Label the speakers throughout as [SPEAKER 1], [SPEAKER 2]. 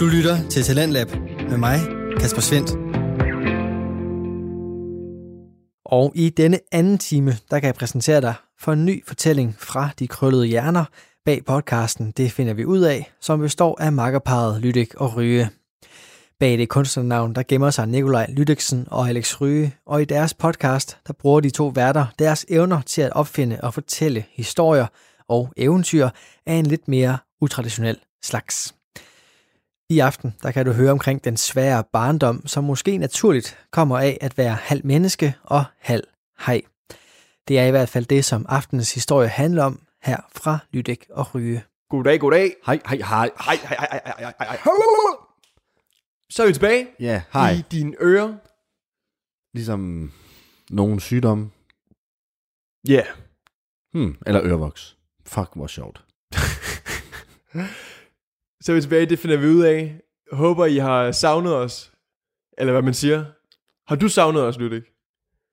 [SPEAKER 1] Du lytter til Talentlab med mig, Kasper Svendt. Og i denne anden time, der kan jeg præsentere dig for en ny fortælling fra De Krøllede Hjerner bag podcasten Det finder vi ud af, som består af makkerparet Lydik og Ryge. Bag det kunstnernavn, der gemmer sig Nikolaj Lydiksen og Alex Ryge, og i deres podcast, der bruger de to værter deres evner til at opfinde og fortælle historier og eventyr af en lidt mere utraditionel slags. I aften der kan du høre omkring den svære barndom, som måske naturligt kommer af at være halv menneske og halv hej. Det er i hvert fald det, som aftenens historie handler om her fra Lydæk og Ryge.
[SPEAKER 2] Goddag, goddag.
[SPEAKER 3] Hej.
[SPEAKER 2] Hej, hej, hej, hej, hej, hej, hej, hej, hej. Så er vi tilbage
[SPEAKER 3] Ja, hej.
[SPEAKER 2] i dine ører.
[SPEAKER 3] Ligesom nogen sygdomme.
[SPEAKER 2] Ja. Yeah.
[SPEAKER 3] Hmm. Eller ørevoks. Fuck, hvor sjovt.
[SPEAKER 2] Så er vi tilbage, det finder vi ud af. Håber, I har savnet os. Eller hvad man siger. Har du savnet os, Lydik?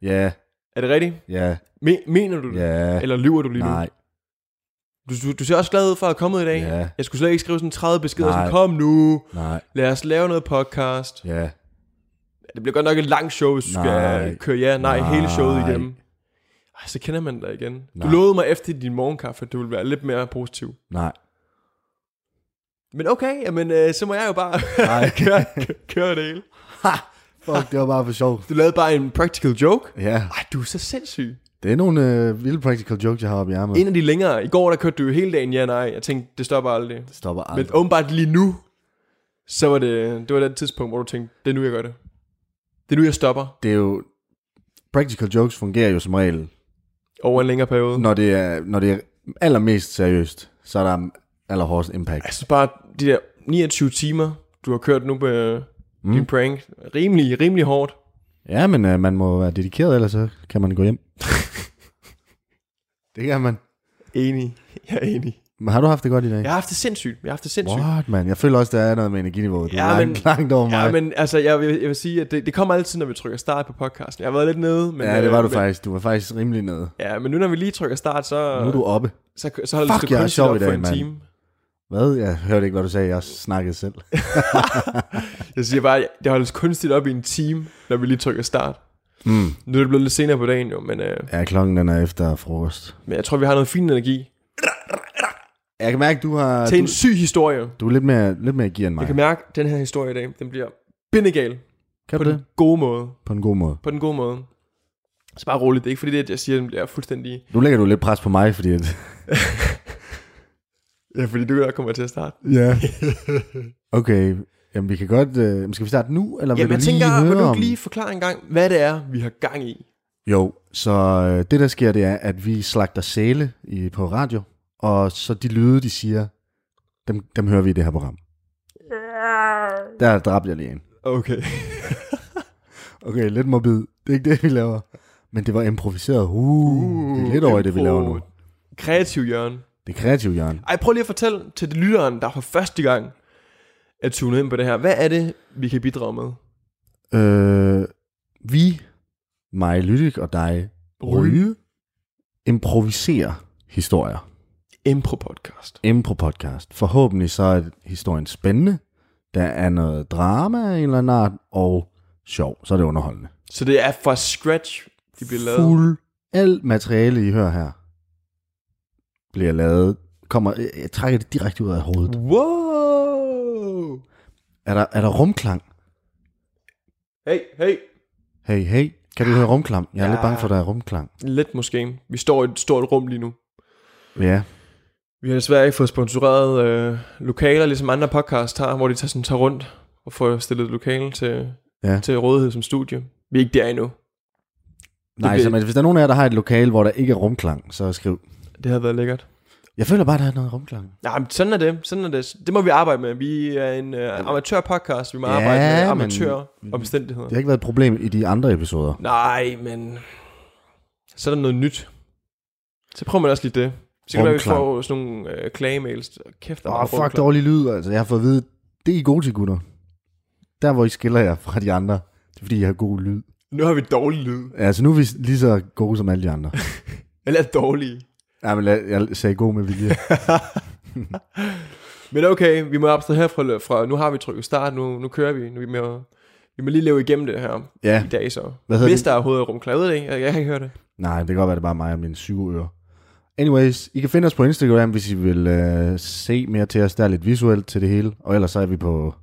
[SPEAKER 3] Ja,
[SPEAKER 2] Er det rigtigt?
[SPEAKER 3] ja,
[SPEAKER 2] Me- mener du det?
[SPEAKER 3] ja.
[SPEAKER 2] Eller lyver du lige
[SPEAKER 3] Nej,
[SPEAKER 2] nu? Du, du, du ser også glad ud for at komme i dag.
[SPEAKER 3] Ja.
[SPEAKER 2] Jeg skulle slet ikke skrive sådan 30 beskeder,
[SPEAKER 3] Nej.
[SPEAKER 2] sådan, kom nu,
[SPEAKER 3] nej,
[SPEAKER 2] lad os lave noget podcast.
[SPEAKER 3] ja.
[SPEAKER 2] Det bliver godt nok et langt show, hvis du
[SPEAKER 3] Nej.
[SPEAKER 2] skal øh, køre ja, nej, nej,
[SPEAKER 3] Nej.
[SPEAKER 2] hele showet igennem. Ej, så kender man dig igen. Nej.
[SPEAKER 3] Nej.
[SPEAKER 2] Du lovede mig efter din morgenkaffe, at du ville være lidt mere positiv.
[SPEAKER 3] Nej,
[SPEAKER 2] Men okay, jamen, øh, så må jeg jo bare
[SPEAKER 3] nej.
[SPEAKER 2] køre, køre det hele.
[SPEAKER 3] Fuck, det var bare for sjovt.
[SPEAKER 2] Du lavede bare en practical joke.
[SPEAKER 3] Ja,
[SPEAKER 2] Ej, du er så sindssyg.
[SPEAKER 3] det er nogle øh, vilde practical jokes, jeg har oppe i ærmet.
[SPEAKER 2] En af de længere. I går, der kørte du jo hele dagen, ja nej. Jeg tænkte, det stopper aldrig.
[SPEAKER 3] Det stopper
[SPEAKER 2] Men
[SPEAKER 3] aldrig.
[SPEAKER 2] åbenbart lige nu, så var det, det var det tidspunkt, hvor du tænkte, det er nu, jeg gør det. Det er nu, jeg stopper
[SPEAKER 3] Det er jo... Practical jokes fungerer jo som regel,
[SPEAKER 2] over en længere periode.
[SPEAKER 3] når det er, når det er allermest seriøst, så er der allerhårdest impact.
[SPEAKER 2] Altså bare de der 29 timer, du har kørt nu på mm. din prank. Rimelig, rimelig hårdt.
[SPEAKER 3] Ja, men øh, man må være dedikeret, ellers så kan man gå hjem. det kan man.
[SPEAKER 2] Enig. Jeg er enig.
[SPEAKER 3] Men har du haft det godt i dag?
[SPEAKER 2] Jeg har haft det sindssygt. Jeg har haft det sindssygt.
[SPEAKER 3] What, man? Jeg føler også, der er noget med energiniveauet. Du
[SPEAKER 2] Ja,
[SPEAKER 3] ja, er
[SPEAKER 2] men-
[SPEAKER 3] langt, langt over mig.
[SPEAKER 2] Ja, men altså, jeg vil, jeg vil sige, at det, det kommer altid, når vi trykker start på podcasten. Jeg har været lidt nede, men...
[SPEAKER 3] ja, det var
[SPEAKER 2] øh,
[SPEAKER 3] du
[SPEAKER 2] men,
[SPEAKER 3] faktisk. Du var faktisk rimelig nede.
[SPEAKER 2] Ja, men nu når vi lige trykker start, så...
[SPEAKER 3] Nu er du oppe.
[SPEAKER 2] Så, så holder
[SPEAKER 3] Fuck,
[SPEAKER 2] det
[SPEAKER 3] jeg er
[SPEAKER 2] kunstigt
[SPEAKER 3] sjov
[SPEAKER 2] op
[SPEAKER 3] i dag,
[SPEAKER 2] for en
[SPEAKER 3] mand.
[SPEAKER 2] time.
[SPEAKER 3] Hvad? Jeg hørte ikke, hvad du sagde. Jeg snakkede selv.
[SPEAKER 2] Jeg siger bare, at det holdes kunstigt op i en time, når vi lige trykker start.
[SPEAKER 3] Mm.
[SPEAKER 2] Nu er det blevet lidt senere på dagen jo, men, øh,
[SPEAKER 3] Ja, klokken den er efter frokost.
[SPEAKER 2] men jeg tror, vi har noget fin energi.
[SPEAKER 3] Jeg kan mærke, du har...
[SPEAKER 2] Til
[SPEAKER 3] Du,
[SPEAKER 2] en syg historie.
[SPEAKER 3] du er lidt mere, lidt mere gear end mig.
[SPEAKER 2] Jeg kan mærke, at den her historie i dag, den bliver bindegal.
[SPEAKER 3] kan
[SPEAKER 2] På
[SPEAKER 3] du
[SPEAKER 2] den
[SPEAKER 3] det?
[SPEAKER 2] gode måde.
[SPEAKER 3] På en god måde.
[SPEAKER 2] På den gode måde. Så bare roligt, det er ikke fordi det, at jeg siger, at den bliver fuldstændig...
[SPEAKER 3] Nu lægger du lidt pres på mig, fordi... At...
[SPEAKER 2] Ja, fordi du der kommer til at starte.
[SPEAKER 3] ja. okay. Jamen, vi kan godt... Øh... Skal vi starte nu, eller
[SPEAKER 2] Jamen,
[SPEAKER 3] vil
[SPEAKER 2] jeg
[SPEAKER 3] du
[SPEAKER 2] tænker,
[SPEAKER 3] lige høre
[SPEAKER 2] vil du
[SPEAKER 3] om...
[SPEAKER 2] ikke lige forklare en gang, hvad det er, vi har gang i?
[SPEAKER 3] Jo, så øh, det der sker, det er, at vi slagter sæle i, på radio, og så de lyde, de siger, dem, dem hører vi i det her program. Der dræbte jeg lige en.
[SPEAKER 2] Okay.
[SPEAKER 3] Okay, lidt morbid. Det er ikke det, vi laver. Men det var improviseret. Uh, uh, det er lidt over i det, vi laver nu.
[SPEAKER 2] Kreativ hjørne.
[SPEAKER 3] Det er kreativt, Jørgen.
[SPEAKER 2] Ej, prøv lige at fortælle til de lytteren, der for første gang er tunet ind på det her. Hvad er det, vi kan bidrage med?
[SPEAKER 3] Øh, vi, mig, Lydik og dig, Ryge, improviserer historier.
[SPEAKER 2] Impro-podcast.
[SPEAKER 3] impro podcast. Forhåbentlig så er historien spændende. Der er noget drama af en eller anden art, og sjov, så er det underholdende.
[SPEAKER 2] Så det er fra scratch, de bliver lavet.
[SPEAKER 3] Fuld alt materiale, I hører her, bliver lavet. Kommer, jeg, jeg trækker det direkte ud af hovedet.
[SPEAKER 2] Wow!
[SPEAKER 3] Er der, er der rumklang?
[SPEAKER 2] Hey, hey.
[SPEAKER 3] Hey, hey. Kan du høre rumklang? Jeg er
[SPEAKER 2] Ja.
[SPEAKER 3] ja. lidt bange for, at der er rumklang.
[SPEAKER 2] Lidt måske. Vi står i et stort rum lige nu.
[SPEAKER 3] Ja.
[SPEAKER 2] Vi har desværre ikke fået sponsoreret øh, lokaler, ligesom andre podcasts har, hvor de tager, sådan, tager rundt og får stillet et lokale til, ja.
[SPEAKER 3] Ja.
[SPEAKER 2] til rådighed som studie. Vi er ikke der endnu.
[SPEAKER 3] Nej,
[SPEAKER 2] bliver-
[SPEAKER 3] så, men hvis der er nogen af jer, der har et lokale, hvor der ikke er rumklang, så skriv.
[SPEAKER 2] Det har været lækkert.
[SPEAKER 3] Jeg føler bare, der er noget rumklang.
[SPEAKER 2] Nej, men sådan er det. Sådan er det. Det må vi arbejde med. Vi er en øh, amatørpodcast. Vi må ja,
[SPEAKER 3] Ja,
[SPEAKER 2] arbejde med
[SPEAKER 3] men-
[SPEAKER 2] amatøromstændigheder.
[SPEAKER 3] Det har ikke været et problem i de andre episoder.
[SPEAKER 2] Nej, men så er der noget nyt. Så prøver man også lige det. Så kan det være, vi
[SPEAKER 3] Rumklang.
[SPEAKER 2] får sådan nogle øh, klagemails. Kæft, der er
[SPEAKER 3] Åh, oh,
[SPEAKER 2] meget
[SPEAKER 3] fuck
[SPEAKER 2] rumklang.
[SPEAKER 3] dårlig lyd, altså. Jeg har fået at vide, det er I gode til, gutter. Der, hvor I skiller jer fra de andre, det er, fordi I har god lyd.
[SPEAKER 2] Nu har vi dårlig lyd.
[SPEAKER 3] Altså, nu er vi lige så gode som alle de andre.
[SPEAKER 2] Eller dårlige.
[SPEAKER 3] Nej, men jeg, jeg sagde god med vilje.
[SPEAKER 2] Men okay, vi må abstrahere fra, fra nu har vi trykket start, nu, nu kører vi, nu, vi, må, vi må lige leve igennem det her
[SPEAKER 3] Ja,
[SPEAKER 2] i dag så.
[SPEAKER 3] hvad hedder
[SPEAKER 2] Hvis
[SPEAKER 3] det?
[SPEAKER 2] der er hovedet rumklar, jeg ved det ikke, jeg, jeg har ikke hørt det.
[SPEAKER 3] Nej, det kan godt være, det er bare mig og mine syv ører. Anyways, I kan finde os på Instagram, hvis I vil øh, se mere til os. Der er lidt visuelt til det hele. Og ellers så er vi på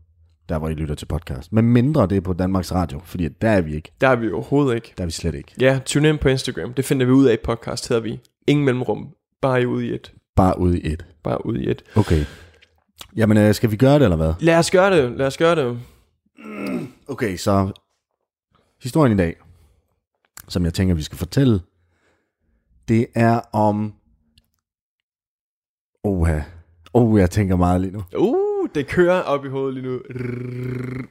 [SPEAKER 3] der, hvor I lytter til podcast. Men mindre det er på Danmarks Radio, fordi der er vi ikke.
[SPEAKER 2] Der er vi overhovedet ikke.
[SPEAKER 3] Der er vi slet ikke.
[SPEAKER 2] Ja, tune ind på Instagram, det finder vi ud af i podcast, hedder vi. Ingen mellemrum, bare i ude i et.
[SPEAKER 3] Bare ude i et.
[SPEAKER 2] Bare ude i et.
[SPEAKER 3] Okay. Jamen, øh, skal vi gøre det, eller hvad?
[SPEAKER 2] Lad os gøre det, lad os gøre det.
[SPEAKER 3] Okay, så historien i dag, som jeg tænker, vi skal fortælle, det er om... Oha. Oh, jeg tænker meget lige nu.
[SPEAKER 2] Uh, det kører op i hovedet lige nu.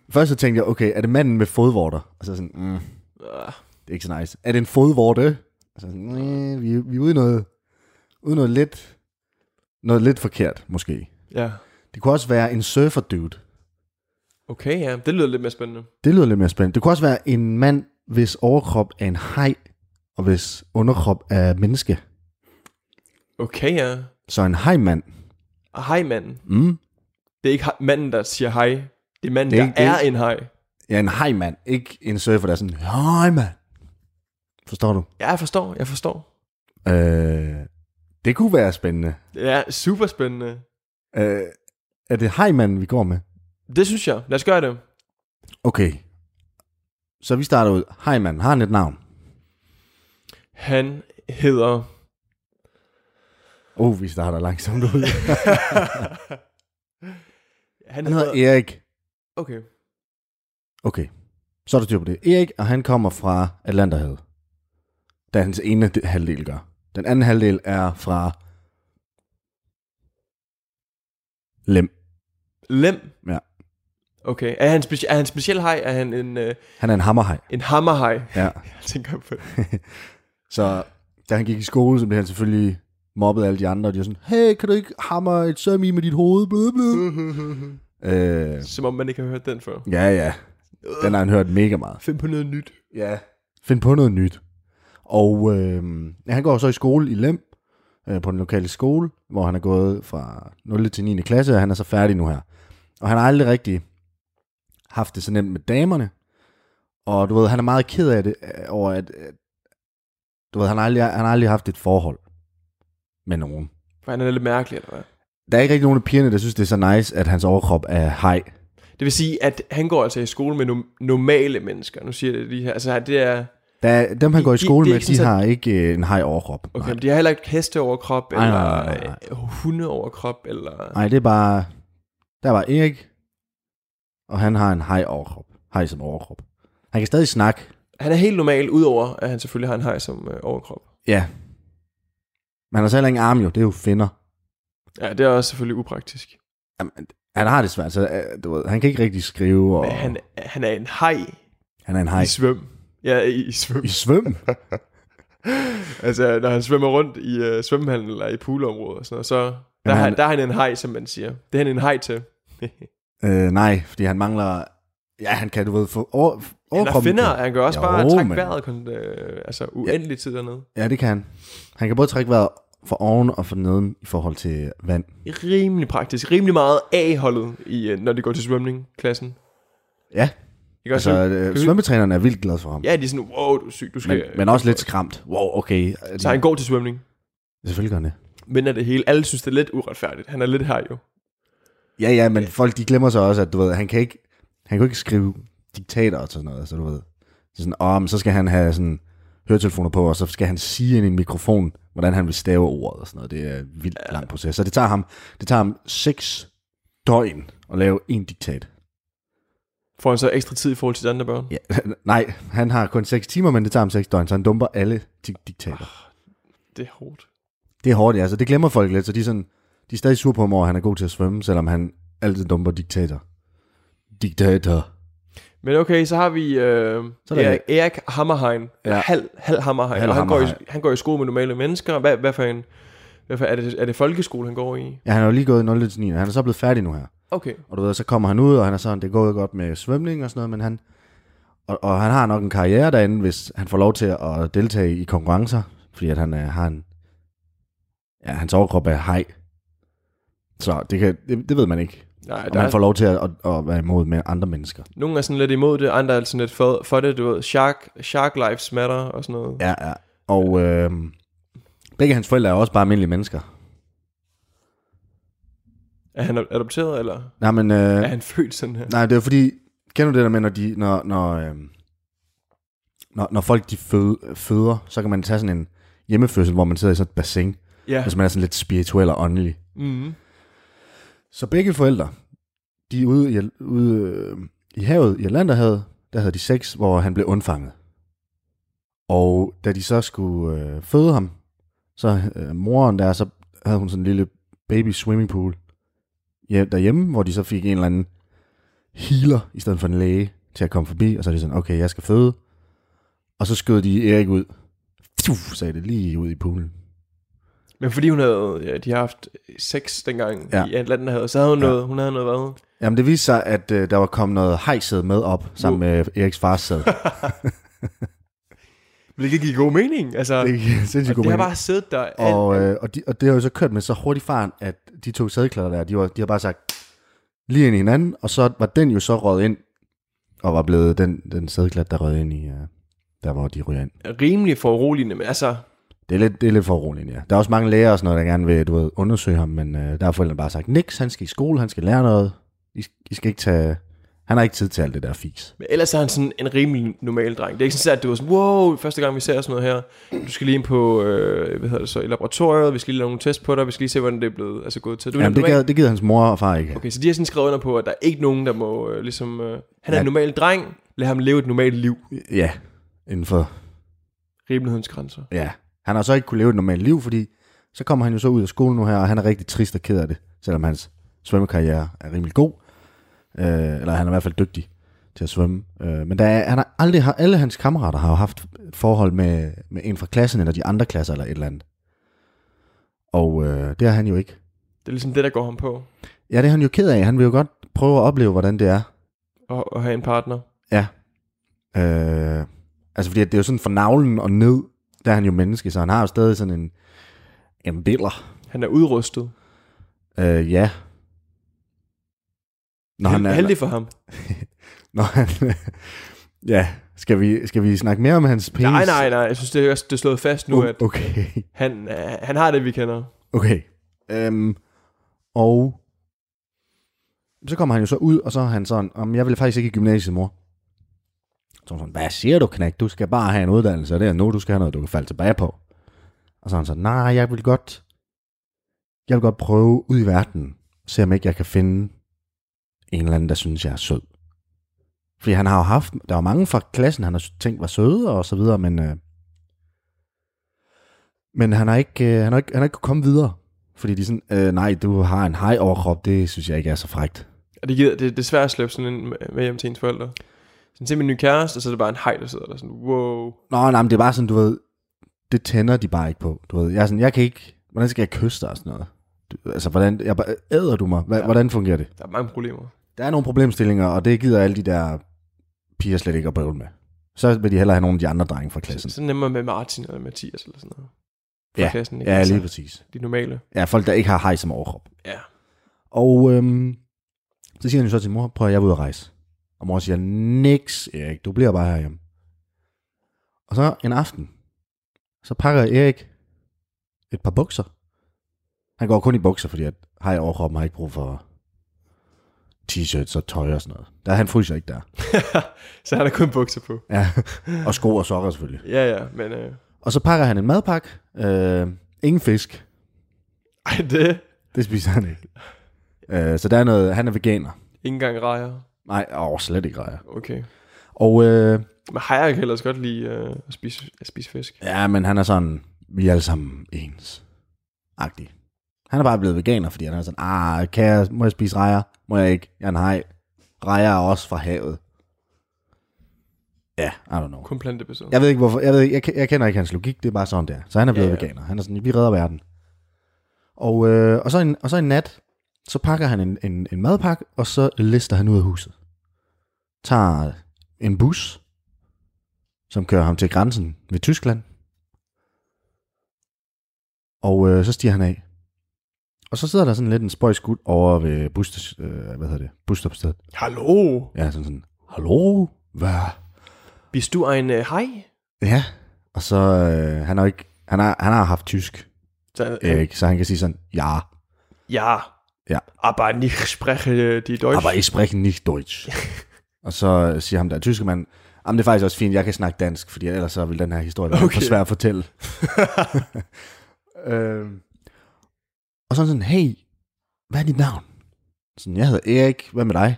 [SPEAKER 3] Først så tænkte jeg, okay, er det manden med fodvorter? Og så sådan, mm,
[SPEAKER 2] Ah,
[SPEAKER 3] det er ikke så nice. Er det en fodvorte? Og så sådan, nej, vi, vi er ude i noget, ude i noget lidt, noget lidt forkert, måske.
[SPEAKER 2] Ja,
[SPEAKER 3] Det kunne også være en surfer dude.
[SPEAKER 2] okay ja, det lyder lidt mere spændende.
[SPEAKER 3] Det lyder lidt mere spændende. Det kunne også være en mand, hvis overkrop er en hej, og hvis underkrop er menneske.
[SPEAKER 2] Okay ja.
[SPEAKER 3] Så en hejmand.
[SPEAKER 2] Og hej manden.
[SPEAKER 3] Mm.
[SPEAKER 2] Det er ikke hej- manden, der siger hej. Det er manden,
[SPEAKER 3] Det er
[SPEAKER 2] der
[SPEAKER 3] ikke det.
[SPEAKER 2] er en hej.
[SPEAKER 3] Ja, en hejmand. Ikke en surfer, der er sådan, hejmand. Forstår du?
[SPEAKER 2] Ja, jeg forstår, jeg forstår.
[SPEAKER 3] Øh, det kunne være spændende.
[SPEAKER 2] Det er super spændende.
[SPEAKER 3] Øh, er det hejmanden, vi går med?
[SPEAKER 2] Det synes jeg. Lad os gøre det.
[SPEAKER 3] Okay. Så vi starter ud. Hejmanden, har han et navn?
[SPEAKER 2] Han hedder...
[SPEAKER 3] Åh, oh, vi starter langsomt ud.
[SPEAKER 2] Han,
[SPEAKER 3] Han hedder Erik.
[SPEAKER 2] Okay.
[SPEAKER 3] Okay. Så er der styr på det. Erik, og han kommer fra Atlanterhavet. Da hans ene de- halvdel gør. Den anden halvdel er fra... Lem.
[SPEAKER 2] Lem.
[SPEAKER 3] Ja.
[SPEAKER 2] Okay. Er han, speci- er han speciel hej? Er han en, øh,
[SPEAKER 3] Han er en hammerhaj.
[SPEAKER 2] en hammerhej?
[SPEAKER 3] Ja.
[SPEAKER 2] Jeg tænker på det.
[SPEAKER 3] Så da han gik i skole, så blev han selvfølgelig mobbet af alle de andre. Og de var sådan, hey, kan du ikke hamre et søm i med dit hoved? Blø, blø. øh,
[SPEAKER 2] Som om man ikke har hørt den før.
[SPEAKER 3] ja, ja. Den har han hørt mega meget.
[SPEAKER 2] Find på noget nyt.
[SPEAKER 3] Ja. Find på noget nyt. Og øh, ja, han går så i skole i Lem, øh, på den lokale skole, hvor han er gået fra 0. til 9. klasse, og han er så færdig nu her. Og han har aldrig rigtig haft det så nemt med damerne. Og du ved, han er meget ked af det, øh, over at, at du ved, han har, aldrig, han har aldrig haft et forhold med nogen.
[SPEAKER 2] For han er lidt mærkelig, eller hvad?
[SPEAKER 3] Der er ikke rigtig nogen af pigerne, der synes, det er så nice, at hans overkrop er hej.
[SPEAKER 2] Det vil sige, at han går altså i skole med no- normale mennesker. Nu siger jeg det lige her. Altså, det er...
[SPEAKER 3] Der, er- dem, han
[SPEAKER 2] De-
[SPEAKER 3] går i
[SPEAKER 2] de-
[SPEAKER 3] skole
[SPEAKER 2] det er
[SPEAKER 3] med,
[SPEAKER 2] ikke sådan,
[SPEAKER 3] de
[SPEAKER 2] så-
[SPEAKER 3] har ikke øh, en hej overkrop.
[SPEAKER 2] Okay,
[SPEAKER 3] Nej.
[SPEAKER 2] men de har heller ikke heste over krop,
[SPEAKER 3] Nej,
[SPEAKER 2] eller
[SPEAKER 3] nej, nej, nej,
[SPEAKER 2] øh, hunde over krop, eller...
[SPEAKER 3] Nej, det er bare... Der var Erik, og han har en hej overkrop. Hej som overkrop. Han kan stadig snakke.
[SPEAKER 2] Han er helt normal, udover at han selvfølgelig har en hej som øh, overkrop.
[SPEAKER 3] Ja. Men han har så heller ingen arm jo, det er jo finder.
[SPEAKER 2] Ja, det er også selvfølgelig upraktisk.
[SPEAKER 3] Jamen, han har det svært, så øh, du ved, han kan ikke rigtig skrive. Og...
[SPEAKER 2] Men han, han er en hej
[SPEAKER 3] han er en hej.
[SPEAKER 2] i svøm. Ja, i, i svøm.
[SPEAKER 3] I svøm?
[SPEAKER 2] altså, når han svømmer rundt i øh, svømmehallen eller i poolområdet og sådan noget, så der,
[SPEAKER 3] Men
[SPEAKER 2] han,
[SPEAKER 3] han-
[SPEAKER 2] der er han en hej, som man siger. Det er han en hej til.
[SPEAKER 3] øh, nej, fordi han mangler... Ja, han kan, du ved, få over,
[SPEAKER 2] Eller
[SPEAKER 3] overkroppen
[SPEAKER 2] finder,
[SPEAKER 3] til-
[SPEAKER 2] han kan også
[SPEAKER 3] Jo,
[SPEAKER 2] bare trække
[SPEAKER 3] men-
[SPEAKER 2] vejret kun, øh, altså, uendelig tid dernede.
[SPEAKER 3] Ja, det kan han. Han kan både trække vejret for oven og for neden i forhold til vand.
[SPEAKER 2] Rimelig praktisk. Rimelig meget A-holdet, i, øh, når de går til svømning-klassen.
[SPEAKER 3] Ja,
[SPEAKER 2] Ikke også?
[SPEAKER 3] altså øh, svømmetræneren er vildt glad for ham.
[SPEAKER 2] Ja, de er sådan, wow, du er syg, du skal...
[SPEAKER 3] men, men også lidt skræmt. Wow, okay.
[SPEAKER 2] Så han går til svømning,
[SPEAKER 3] Selvfølgelig gør han det.
[SPEAKER 2] vinder det hele. Alle synes, det er lidt uretfærdigt. Han er lidt her jo.
[SPEAKER 3] Ja, ja, men folk de glemmer så også, at du ved, han kan ikke, han kan ikke skrive diktater og sådan noget, så du ved. Så sådan, åh, men så skal han have sådan høretelefoner på, og så skal han sige ind i en mikrofon, hvordan han vil stave ordet og sådan noget. Det er en vildt ja. lang proces. Så det tager ham, det tager ham seks døgn at lave en diktat.
[SPEAKER 2] Får han så ekstra tid i forhold til de andre børn?
[SPEAKER 3] Ja, nej, han har kun seks timer, men det tager ham seks døgn, så han dumper alle di- diktater.
[SPEAKER 2] Det er hårdt.
[SPEAKER 3] Det er hårdt, ja, så det glemmer folk lidt, så de er, sådan, de er stadig sure på ham over, at han er god til at svømme, selvom han altid dumper diktater. Diktator.
[SPEAKER 2] Men okay, så har vi øh,
[SPEAKER 3] Så er der
[SPEAKER 2] Erik, Erik Hammerheim. Ja.
[SPEAKER 3] Ja.
[SPEAKER 2] Halv, halv Hammerheim.
[SPEAKER 3] Halv
[SPEAKER 2] og han, går i,
[SPEAKER 3] Hammerhegn.
[SPEAKER 2] han går i skole med normale mennesker. Hvad, hvad for en... Hvad for, er, det, er det folkeskole, han går i?
[SPEAKER 3] Ja, han er jo lige gået i 0 til 9, og han er så blevet færdig nu her.
[SPEAKER 2] Okay.
[SPEAKER 3] Og du ved, så kommer han ud, og han er sådan, det går jo godt med svømning og sådan noget, men han... Og, og han har nok en karriere derinde, hvis han får lov til at deltage i konkurrencer, fordi at han øh, har en... Ja, hans overkrop er hej. Så det, kan, det, det ved man ikke.
[SPEAKER 2] Nej,
[SPEAKER 3] Og
[SPEAKER 2] der
[SPEAKER 3] man får
[SPEAKER 2] er,
[SPEAKER 3] lov til at, at, at være imod med andre mennesker.
[SPEAKER 2] nogen er sådan lidt imod det, andre er sådan lidt for, for det, du ved. Shark, shark lives matter og sådan noget.
[SPEAKER 3] Ja, ja. Og øh, begge hans forældre er også bare almindelige mennesker.
[SPEAKER 2] Er han adopteret, eller
[SPEAKER 3] Nej, men...
[SPEAKER 2] ja.
[SPEAKER 3] Øh,
[SPEAKER 2] er han født sådan her?
[SPEAKER 3] Nej, det er fordi, kender du det der med, når, de, når, når, øhm, når, når folk de føde, føder, så kan man tage sådan en hjemmefødsel, hvor man sidder i sådan et bassin,
[SPEAKER 2] Ja.
[SPEAKER 3] hvis man er sådan lidt spirituel og åndelig.
[SPEAKER 2] Mm.
[SPEAKER 3] Så begge forældre, de er ude, i, ude øh, i havet, i Atlanterhavet, der havde de sex, hvor han blev undfanget. Og da de så skulle øh, føde ham, så øh, moren der, så havde hun sådan en lille baby swimming pool ja, derhjemme, hvor de så fik en eller anden healer, i stedet for en læge, til at komme forbi, og så er de sådan, okay, jeg skal føde. Og så skød de Erik ud. Pfiuh, sagde det lige ud i poolen.
[SPEAKER 2] Men fordi hun havde, ja, de har haft sex dengang
[SPEAKER 3] Ja.
[SPEAKER 2] ja. i Atlanten havde, så havde hun
[SPEAKER 3] Ja.
[SPEAKER 2] ja. noget, hun havde noget hvad?
[SPEAKER 3] Jamen det viste sig, at øh, der var kommet noget hejsæde med op, sammen
[SPEAKER 2] Nu-
[SPEAKER 3] med Eriks fars sæde.
[SPEAKER 2] Hvilket gik god mening, altså.
[SPEAKER 3] Det er sindssygt
[SPEAKER 2] og
[SPEAKER 3] god
[SPEAKER 2] det har
[SPEAKER 3] mening.
[SPEAKER 2] bare siddet der. alt-
[SPEAKER 3] Og, øh, og, de, og det har jo så kørt med så hurtig faren, at de to sædeklatter der, de, var, de har bare sagt lige ind i hinanden, og så var den jo så røget ind, og var blevet den, den sædeklat, der røget ind i, øh, der hvor de ryger ind.
[SPEAKER 2] rimelig foruroligende, men altså,
[SPEAKER 3] Det er lidt, det er lidt for roligt, ja. Der er også mange læger og sådan noget, der gerne vil du ved, undersøge ham, men øh, der har forældrene bare sagt, niks, han skal i skole, han skal lære noget. I, I skal ikke tage... Han har ikke tid til alt det der fis.
[SPEAKER 2] men ellers er han sådan en rimelig normal dreng. Det er ikke sådan, at du var sådan, wow, første gang vi ser sådan noget her, du skal lige ind på, øh, hvad hedder det så, i laboratoriet, vi skal lige lave nogle test på dig, vi skal lige se, hvordan det er blevet altså, gået til. Du er
[SPEAKER 3] Jamen,
[SPEAKER 2] Jamen,
[SPEAKER 3] det,
[SPEAKER 2] normal...
[SPEAKER 3] gider, det gider hans mor og far ikke. have.
[SPEAKER 2] Okay, så de har sådan skrevet under på, at der er ikke nogen, der må øh, ligesom, øh, han er
[SPEAKER 3] Ja.
[SPEAKER 2] en normal dreng, lad ham leve et normalt liv,
[SPEAKER 3] Ja, inden for
[SPEAKER 2] rimelighedens grænser.
[SPEAKER 3] Ja, han har så ikke kunne leve et normalt liv, fordi så kommer han jo så ud af skolen nu her, og han er rigtig trist og ked af det, selvom hans svømmekarriere er rimelig god. Øh, eller han er i hvert fald dygtig til at svømme. Øh, men der er, han har aldrig, har, alle hans kammerater har jo haft et forhold med, med en fra klassen, eller de andre klasser, eller et eller andet. Og øh, det har han jo ikke.
[SPEAKER 2] Det er ligesom det, der går ham på,
[SPEAKER 3] Ja, det er han jo ked af. Han vil jo godt prøve at opleve, hvordan det er.
[SPEAKER 2] at, at have en partner.
[SPEAKER 3] Øh, altså, fordi det er jo sådan fra navlen og ned, der er han jo menneske, så han har jo stadig sådan en, en biller.
[SPEAKER 2] Han er udrustet.
[SPEAKER 3] Øh, ja. Når han, er,
[SPEAKER 2] Heldig for ham.
[SPEAKER 3] når han ja, skal vi, skal vi snakke mere om hans penis?
[SPEAKER 2] Nej, nej, nej. Jeg synes, det er, også- det er slået fast nu, at
[SPEAKER 3] Okay,
[SPEAKER 2] han, øh, han har det, vi kender.
[SPEAKER 3] okay. Øhm, og så kommer han jo så ud, og så er han sådan, om jeg vil faktisk ikke i gymnasiet, mor. Så er hun sådan, hvad siger du, knæk? Du skal bare have en uddannelse, og det er nu, du skal have noget, du kan falde tilbage på. Og så er han sådan, nej, jeg vil godt, jeg vil godt prøve ud i verden, se om ikke jeg kan finde en eller anden, der synes, jeg er sød. Fordi han har jo haft, der var mange fra klassen, han har tænkt var søde og så videre, men, øh, men han har ikke, øh, han har ikke, han har ikke kunne komme videre. Fordi de er sådan, øh, nej, du har en hej overkrop, det synes jeg ikke er så frægt.
[SPEAKER 2] Og det, gider, det, det er svært at slæbe sådan en med hjem til ens forældre. Sådan til min nye kæreste, og så er det bare en hej, der sidder der sådan, wow.
[SPEAKER 3] Nå, nej, men det er bare sådan, du ved, det tænder de bare ikke på. Du ved, jeg er sådan, jeg kan ikke, hvordan skal jeg kysse dig og sådan noget? Du, altså, hvordan, jeg bare, æder du mig? Hva, ja. Hvordan fungerer det?
[SPEAKER 2] Der er mange problemer.
[SPEAKER 3] Der er nogle problemstillinger, og det gider alle de der piger slet ikke at bøvle med. Så vil de hellere have nogle af de andre drenge fra
[SPEAKER 2] Så,
[SPEAKER 3] klassen.
[SPEAKER 2] så nemmere med Martin eller Mathias eller sådan noget. Fra
[SPEAKER 3] Ja,
[SPEAKER 2] klassen, ikke?
[SPEAKER 3] Ja,
[SPEAKER 2] Altså,
[SPEAKER 3] lige præcis.
[SPEAKER 2] De normale.
[SPEAKER 3] Ja, folk, der ikke har hej som overkrop.
[SPEAKER 2] Ja.
[SPEAKER 3] Og øhm, så siger han jo så til mor, prøv at jeg vil ud at rejse. Og mor siger, niks Erik, du bliver bare herhjemme. Og så en aften, så pakker Erik et par bukser. Han går kun i bukser, fordi at hej overkroppen har ikke brug for t-shirts og tøj og sådan noget. Der, han fryser ikke der.
[SPEAKER 2] Så han har kun bukser på.
[SPEAKER 3] Ja. og sko og sokker selvfølgelig.
[SPEAKER 2] Ja, ja, men øh,
[SPEAKER 3] Og så pakker han en madpakke. Øh, ingen fisk.
[SPEAKER 2] ej, det er
[SPEAKER 3] Det spiser han ikke. Øh, så der er noget, han er veganer.
[SPEAKER 2] ikke engang rejer.
[SPEAKER 3] Nej, åh, slet ikke rejer.
[SPEAKER 2] Okay.
[SPEAKER 3] Og øh,
[SPEAKER 2] Men hejer kan ellers godt lide øh, at, spise, at spise fisk.
[SPEAKER 3] ja, men han er sådan, vi er alle sammen ens. Agtig. Han er bare blevet veganer, fordi han er sådan, ah, kan jeg, må jeg spise rejer? Må jeg ikke? Jeg er en hej. Rejer er også fra havet. Ja, I don't know.
[SPEAKER 2] Kun plantebaseret.
[SPEAKER 3] Jeg ved ikke, hvorfor. Jeg, ved, ikke, jeg, ke- jeg kender ikke hans logik. Det er bare sådan, der. Så han er blevet ja,
[SPEAKER 2] Ja,
[SPEAKER 3] ja.
[SPEAKER 2] ja.
[SPEAKER 3] veganer. Han er sådan, vi redder verden. Og, øh, og, så en, og så en nat, så pakker han en, en, en madpakke, og så lister han ud af huset. Tager en bus, som kører ham til grænsen ved Tyskland. Og øh, så stiger han af. Og så sidder der sådan lidt en spøjs gut over ved bus, øh, hvad hedder det, busstopstedet.
[SPEAKER 2] Hallo!
[SPEAKER 3] Ja, sådan sådan, hallo? Hvad?
[SPEAKER 2] Hvis du er en øh, hej?
[SPEAKER 3] Ja, og så, øh, han har jo ikke, han har, han har haft tysk,
[SPEAKER 2] Så, øh,
[SPEAKER 3] Erik, så han kan sige sådan, ja,
[SPEAKER 2] ja.
[SPEAKER 3] Ja.
[SPEAKER 2] Aber nicht spreche øh, die Deutsch.
[SPEAKER 3] aber ich spreche nicht Deutsch. og så øh, siger ham der tyske mand, jamen det er faktisk også fint, jeg kan snakke dansk, fordi ellers så vil den her historie være okay.
[SPEAKER 2] Okay.
[SPEAKER 3] for svær at fortælle. øhm. Og så er han sådan, hey, hvad er dit navn? Sådan, jeg hedder Erik, hvad med dig?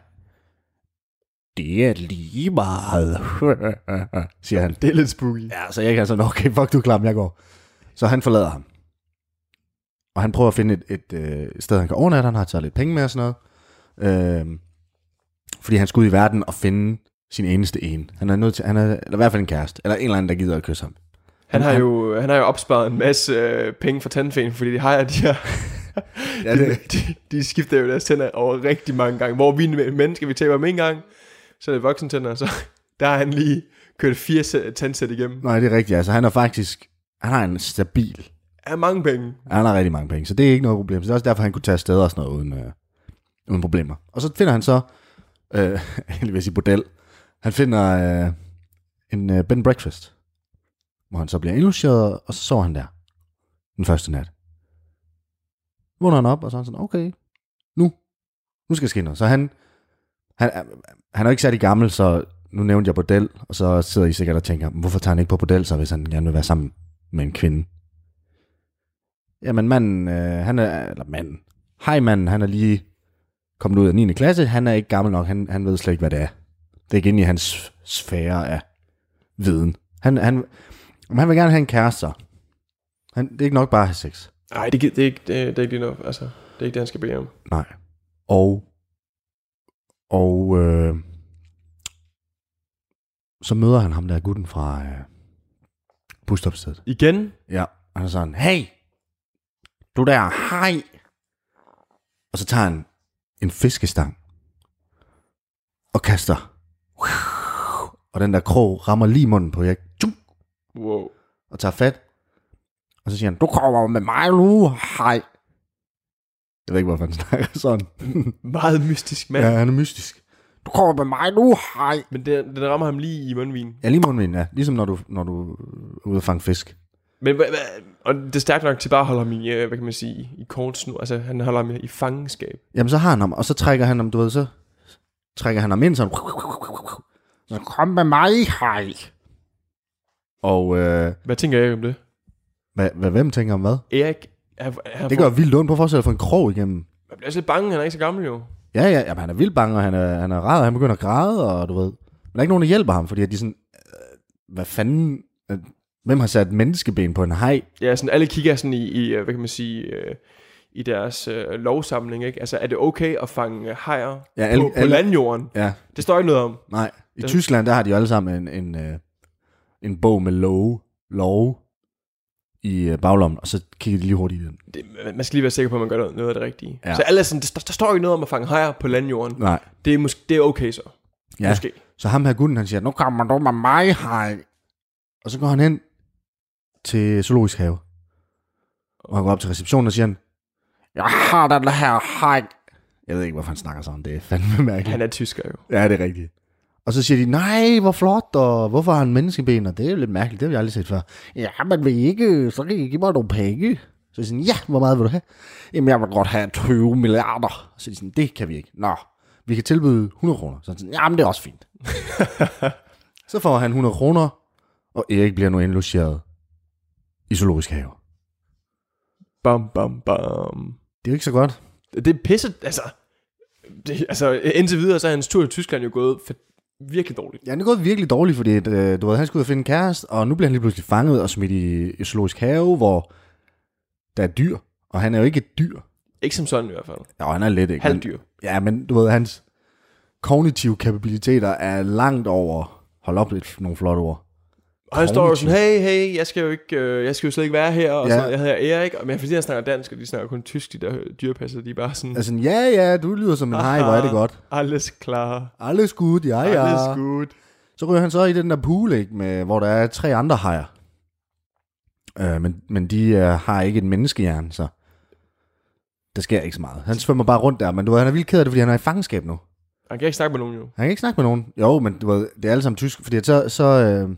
[SPEAKER 3] Det er lige meget, siger han.
[SPEAKER 2] Det er lidt spooky.
[SPEAKER 3] Ja, så Erik er sådan, okay, fuck du er klam, jeg går. Så han forlader ham. Og han prøver at finde et, et, øh, et sted, han kan overnatte. Han har taget lidt penge med og sådan noget. Øhm, fordi han skal ud i verden og finde sin eneste en. Han er nødt til, han er, eller i hvert fald en kæreste. Eller en eller anden, der gider at kysse ham.
[SPEAKER 2] Han har
[SPEAKER 3] Han-
[SPEAKER 2] jo, han har jo opsparet en masse øh, penge fra tandfæn, fordi de har de her...
[SPEAKER 3] Ja,
[SPEAKER 2] de,
[SPEAKER 3] det-
[SPEAKER 2] de, de, skifter jo deres tænder over rigtig mange gange. Hvor vi men- mennesker, vi taber dem en gang, så er det voksentænder, så der har han lige kørt fire sæ- tandsæt igennem.
[SPEAKER 3] Nej, det er rigtigt. Altså, han er faktisk, han har en stabil,
[SPEAKER 2] Er mange penge.
[SPEAKER 3] han har rigtig mange penge. Så det er ikke noget problem. Så det er også derfor, han kunne tage afsted og sådan noget uden, øh, uden problemer. Og så finder han så, øh, jeg vil sige bordel, han finder øh, en øh, bed and breakfast, hvor han så bliver indlogeret, og så sover han der den første nat. Vågner han op, og så er han sådan, okay, nu, nu skal der ske noget. Så han, han, er- han er jo ikke særlig gammel, så nu nævnte jeg bordel, og så sidder I sikkert og tænker, hvorfor tager han ikke på bordel så, hvis han gerne vil være sammen med en kvinde? Jamen manden, øh, han er, eller manden, hej manden, han er lige kommet ud af 9. klasse, han er ikke gammel nok, han, han ved slet ikke, hvad det er. Det er ikke inde i hans sfære af viden. Han, han, men han vil gerne have en kæreste, så. han, det er ikke nok bare at have sex.
[SPEAKER 2] Nej, det, gid- det, er ikke, det, er- det er ikke lige noget. Altså, det er ikke det, han skal bede om.
[SPEAKER 3] Nej. Og, og øh, så møder han ham der gutten fra øh, busstopstedet.
[SPEAKER 2] Igen?
[SPEAKER 3] Ja, og han er sådan, hey, du der, hej. Og så tager han en fiskestang og kaster. Og den der krog rammer lige munden på Erik. Tjum!
[SPEAKER 2] Wow.
[SPEAKER 3] Og tager fat. Og så siger han, du kommer med mig nu, hej. Jeg ved ikke, hvorfor han snakker sådan.
[SPEAKER 2] Meget mystisk mand.
[SPEAKER 3] ja,
[SPEAKER 2] Ja.
[SPEAKER 3] han er mystisk. Du kommer med mig nu, hej.
[SPEAKER 2] Men det, den rammer ham lige i mundvinen.
[SPEAKER 3] Ja, lige munden, ja. Ligesom når du, når du er ude at fange fisk.
[SPEAKER 2] Men hvad, hvad, og det er stærkt nok til bare at holde ham i, øh, hvad kan man sige, i kort snor. Altså, han holder ham i, i fangenskab.
[SPEAKER 3] Jamen, så har han ham, og så trækker han ham, du ved, så trækker han ham ind sådan. Så kom med mig, hej. Og øh,
[SPEAKER 2] Hvad tænker jeg om det?
[SPEAKER 3] hvad, hvad, hvem tænker om hvad?
[SPEAKER 2] Erik, han, han,
[SPEAKER 3] Det
[SPEAKER 2] får-
[SPEAKER 3] gør vildt ondt på at forestille dig at få en krog igennem.
[SPEAKER 2] man bliver også lidt bange, han er ikke så gammel jo.
[SPEAKER 3] Ja, ja, jamen, han er vildt bange, og han er, han er rad, og han begynder at græde, og du ved. Men der er ikke nogen, der hjælper ham, fordi at de sådan, øh, hvad fanden, øh, hvem har sat menneskeben på en hej?
[SPEAKER 2] Ja, sådan alle kigger sådan i, i øh, hvad kan man sige, øh, i deres øh, lovsamling, ikke? Altså, er det okay at fange øh, hajer
[SPEAKER 3] Ja,
[SPEAKER 2] ja,
[SPEAKER 3] alle-
[SPEAKER 2] på, på
[SPEAKER 3] alle-
[SPEAKER 2] landjorden?
[SPEAKER 3] Ja,
[SPEAKER 2] Det står ikke noget om.
[SPEAKER 3] nej. I
[SPEAKER 2] Den-
[SPEAKER 3] Tyskland, der har de jo alle sammen en, en, øh, en bog med love, love i øh, baglommen, og så kigger de lige hurtigt i den.
[SPEAKER 2] Det, man man skal lige være sikker på, at man gør noget- noget af det rigtige.
[SPEAKER 3] Ja.
[SPEAKER 2] Ja. Så alle er sådan, der, der står ikke noget om at fange hajer på landjorden.
[SPEAKER 3] Nej.
[SPEAKER 2] Det er, måske, det er okay så.
[SPEAKER 3] Ja.
[SPEAKER 2] Måske.
[SPEAKER 3] Så ham her gutten, han siger, nu kommer du med mig, hej. Og så går han hen til zoologisk have. Og han går op til receptionen og siger, han, jeg har den her hej. Jeg ved ikke, hvorfor han snakker sådan. Det er fandme mærkeligt.
[SPEAKER 2] Han er tysker jo.
[SPEAKER 3] Ja, det er rigtigt. Og så siger de, nej, hvor flot, og hvorfor har han menneskeben? Og det er jo lidt mærkeligt, det har jeg aldrig set før. Ja, men vil I ikke, så kan I give mig nogle penge. Så er de sådan, ja, hvor meget vil du have? Jamen, jeg vil godt have 20 milliarder. Så er de sådan, det kan vi ikke. Nå, vi kan tilbyde 100 kroner. Så er de sådan, jamen, det er også fint. så får han 100 kroner, og Erik bliver nu indlogeret i zoologisk have.
[SPEAKER 2] Bam, bam, bam.
[SPEAKER 3] Det er jo ikke så godt.
[SPEAKER 2] Det er pisset, altså... Det, altså, indtil videre, så er hans tur til Tyskland jo gået for, virkelig dårligt.
[SPEAKER 3] Ja, det er gået virkelig dårligt, fordi at, øh, du ved, han skulle ud og finde en kæreste, og nu bliver han lige pludselig fanget og smidt i i zoologisk have, hvor der er dyr, og han er jo ikke et dyr.
[SPEAKER 2] Ikke som sådan i hvert fald.
[SPEAKER 3] Jo, han er lidt ikke. men-
[SPEAKER 2] Halvdyr.
[SPEAKER 3] Ja, men du ved, hans kognitive kapabiliteter er langt over, hold op lidt nogle flotte ord.
[SPEAKER 2] Og han står jo sådan, hey, hey, jeg skal jo ikke, øh, jeg skal jo slet ikke være her, og
[SPEAKER 3] Ja.
[SPEAKER 2] ja. sådan, jeg hedder Erik, og men fordi han snakker dansk, og de snakker kun tysk, de der dyrepasser, de er bare sådan,
[SPEAKER 3] Altså, ja, ja, du lyder som en hej, hvor er det godt.
[SPEAKER 2] alles klar,
[SPEAKER 3] Alles gut, ja, ja.
[SPEAKER 2] alles gut.
[SPEAKER 3] Så ryger han så i den der pool, ikke, med, hvor der er tre andre hajer. Øh, men, men de øh, har ikke et menneskehjerne, så. Der sker ikke så meget. Han svømmer bare rundt der, men du ved, han er vildt ked af det, fordi han er i fangenskab nu.
[SPEAKER 2] Han kan ikke snakke med nogen jo.
[SPEAKER 3] Han kan ikke snakke med nogen. Jo, men du ved, det er alle sammen tysk, fordi at så, så, øh,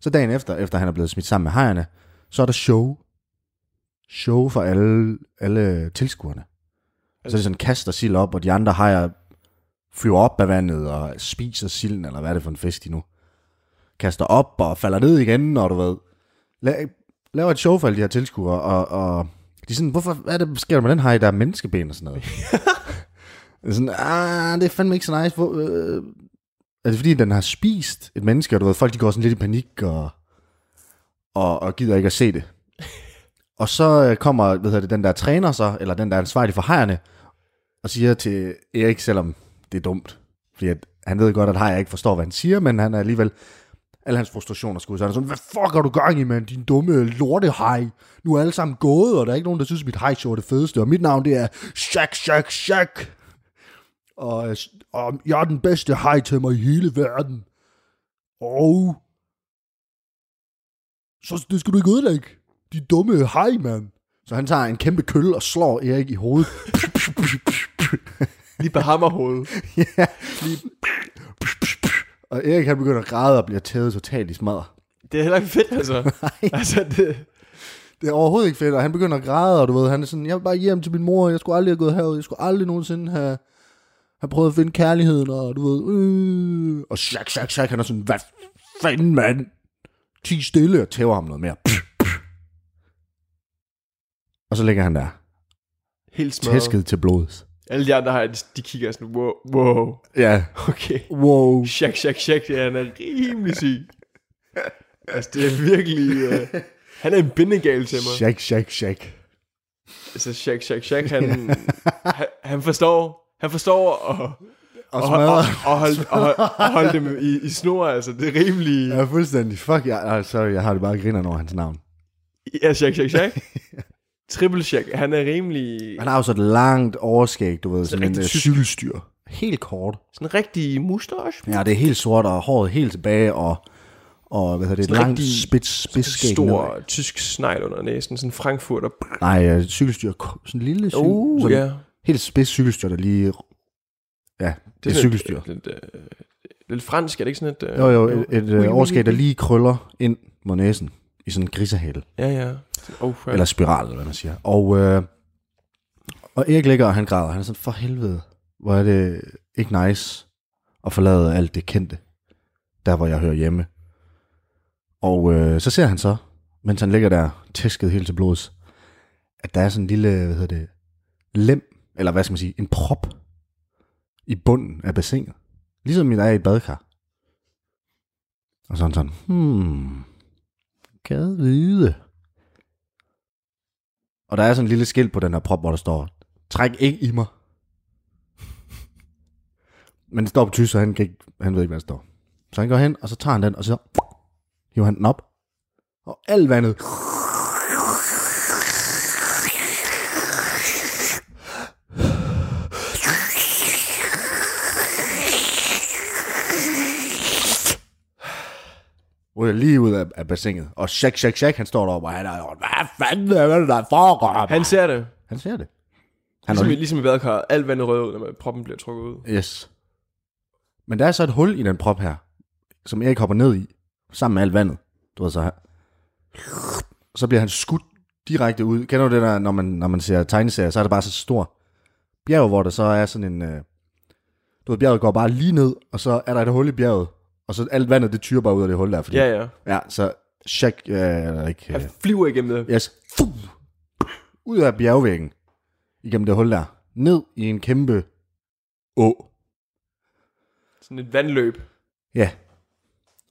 [SPEAKER 3] så dagen efter, efter han er blevet smidt sammen med hejerne, så er der show. Show for alle, alle tilskuerne. Så er det sådan, kaster sild op, og de andre hejer flyver op af vandet og spiser silden, eller hvad er det for en fest de nu? Kaster op og falder ned igen, og du ved, la- laver et show for alle de her tilskuere, og, og de er sådan, hvorfor, hvad er det, der sker der med den hej, der er menneskeben og sådan noget? Det er sådan, ah, det er fandme ikke så nice. Hvor, øh, er det fordi, den har spist et menneske, og du ved, folk de går sådan lidt i panik, og, og, og gider ikke at se det. og så øh, kommer hvad hedder det, den der træner så, eller den der er ansvarlig for hejerne, og siger til Erik, selvom det er dumt, fordi at, han ved godt, at hejer ikke forstår, hvad han siger, men han er alligevel, alle hans frustrationer skulle ud, så han er sådan, hvad fuck har du gang i, mand, din dumme lorte hej. Nu er alle sammen gået, og der er ikke nogen, der synes, at mit hej-show er det fedeste, og mit navn det er Shaq, Shaq, Shaq og, øh, og jeg er den bedste hejtømmer i hele verden. Og så det skal du ikke ødelægge. De dumme hej, mand. Så han tager en kæmpe kølle og slår Erik i hovedet.
[SPEAKER 2] Lige på hammerhovedet.
[SPEAKER 3] ja, lige... og Erik han begynder at græde og bliver tædet totalt i smadret.
[SPEAKER 2] Det er heller ikke fedt, altså. altså, det,
[SPEAKER 3] Det er overhovedet ikke fedt, og han begynder at græde, og du ved, han er sådan, jeg vil bare hjem til min mor, jeg skulle aldrig have gået herud, jeg skulle aldrig nogensinde have, have prøvet at finde kærligheden, og du ved, øh. og shak, shak, shak, han er sådan, hvad fanden, mand? Ti stille og tæver ham noget mere. Pff, pff. Og så ligger han der,
[SPEAKER 2] helt smadret.
[SPEAKER 3] tæsket til blodet.
[SPEAKER 2] Alle de andre har, de, de kigger sådan, wow, wow,
[SPEAKER 3] Ja.
[SPEAKER 2] okay.
[SPEAKER 3] Wow.
[SPEAKER 2] Shak, shak, shak, ja, han er rimelig syg. altså, det er virkelig... Uh, han er en bindegal til mig.
[SPEAKER 3] Shak, shak, shak.
[SPEAKER 2] Altså, shak, shak, shak, han, han, han forstår, han forstår og,
[SPEAKER 3] Og
[SPEAKER 2] og,
[SPEAKER 3] smadrer.
[SPEAKER 2] og, og, hold, og, og holde dem i, i snor, altså, det er rimelig...
[SPEAKER 3] Ja, fuldstændig. Fuck, jeg, ah, sorry, jeg har det bare griner over hans navn.
[SPEAKER 2] Ja, shak, shak, shak. Triple shak, han er rimelig...
[SPEAKER 3] Han har jo så et langt overskæg, du ved, sådan en
[SPEAKER 2] rigtig
[SPEAKER 3] øh,
[SPEAKER 2] tysk.
[SPEAKER 3] cykelstyr. Helt kort.
[SPEAKER 2] Sådan en rigtig mustache.
[SPEAKER 3] Ja, det er helt sort, og håret helt tilbage, og, og hvad hedder det,
[SPEAKER 2] Sådan
[SPEAKER 3] et langt
[SPEAKER 2] rigtig-
[SPEAKER 3] spids, spidsskæg.
[SPEAKER 2] Stor
[SPEAKER 3] nedad.
[SPEAKER 2] tysk snegl under næsen, sådan en frankfurter.
[SPEAKER 3] Nej, øh, cykelstyr, k- sådan en lille cykel,
[SPEAKER 2] Uh,
[SPEAKER 3] sådan
[SPEAKER 2] ja.
[SPEAKER 3] helt spids cykelstyr, der lige... Ja, det, det er
[SPEAKER 2] sådan
[SPEAKER 3] cykelstyr.
[SPEAKER 2] Lidt, lidt, øh, lidt fransk, er det ikke sådan et... Øh,
[SPEAKER 3] Jo, jo, et, et øh, overskæg, der lige krøller ind mod næsen i sådan en grisehale,
[SPEAKER 2] Ja, ja. Oh, ja.
[SPEAKER 3] eller spiral, eller hvad man siger. Og, øh, og Erik ligger, og han græder. Han er sådan, for helvede, hvor er det ikke nice at forlade alt det kendte, der hvor jeg hører hjemme. Og øh, så ser han så, mens han ligger der, tæsket helt til blods, at der er sådan en lille, hvad hedder det, lem, eller hvad skal man sige, en prop i bunden af bassinet. Ligesom der er i et badkar. Og sådan sådan, hmm, gad vide. Og der er sådan en lille skilt på den her prop, hvor der står, træk ikke i mig. Men det står på tysk, så han, kan ikke, han ved ikke, hvad der står. Så han går hen, og så tager han den, og så hiver han den op. Og alt vandet ryger lige ud af, af bassinet. Og shak, shak, shak, han står deroppe, og han er hvad fanden er det, der foregår? Han,
[SPEAKER 2] Han ser det.
[SPEAKER 3] han ser det. Han
[SPEAKER 2] Ligesom,
[SPEAKER 3] er
[SPEAKER 2] i- ligesom i badkar. Alt vandet rød ud, når man- proppen bliver trukket ud.
[SPEAKER 3] Yes. Men der er så et hul i den prop her, som Erik hopper ned i, sammen med alt vandet. Du ved så her. Så bliver han skudt direkte ud. Kender du det der, når man, når man ser tegneserier, så er det bare så stor bjerg, hvor der så er sådan en... øh, Du ved, bjerget går bare lige ned, og så er der et hul i bjerget. Og så alt vandet, det tyrer bare ud af det hul der. Fordi,
[SPEAKER 2] Ja, Altså- ja.
[SPEAKER 3] ja så Shaq... Øh, eller ikke, øh,
[SPEAKER 2] Han flyver igennem det.
[SPEAKER 3] Yes. Fuh! Ud af bjergvæggen. Igennem det hul der. Ned i en kæmpe å.
[SPEAKER 2] Sådan et vandløb.
[SPEAKER 3] Ja.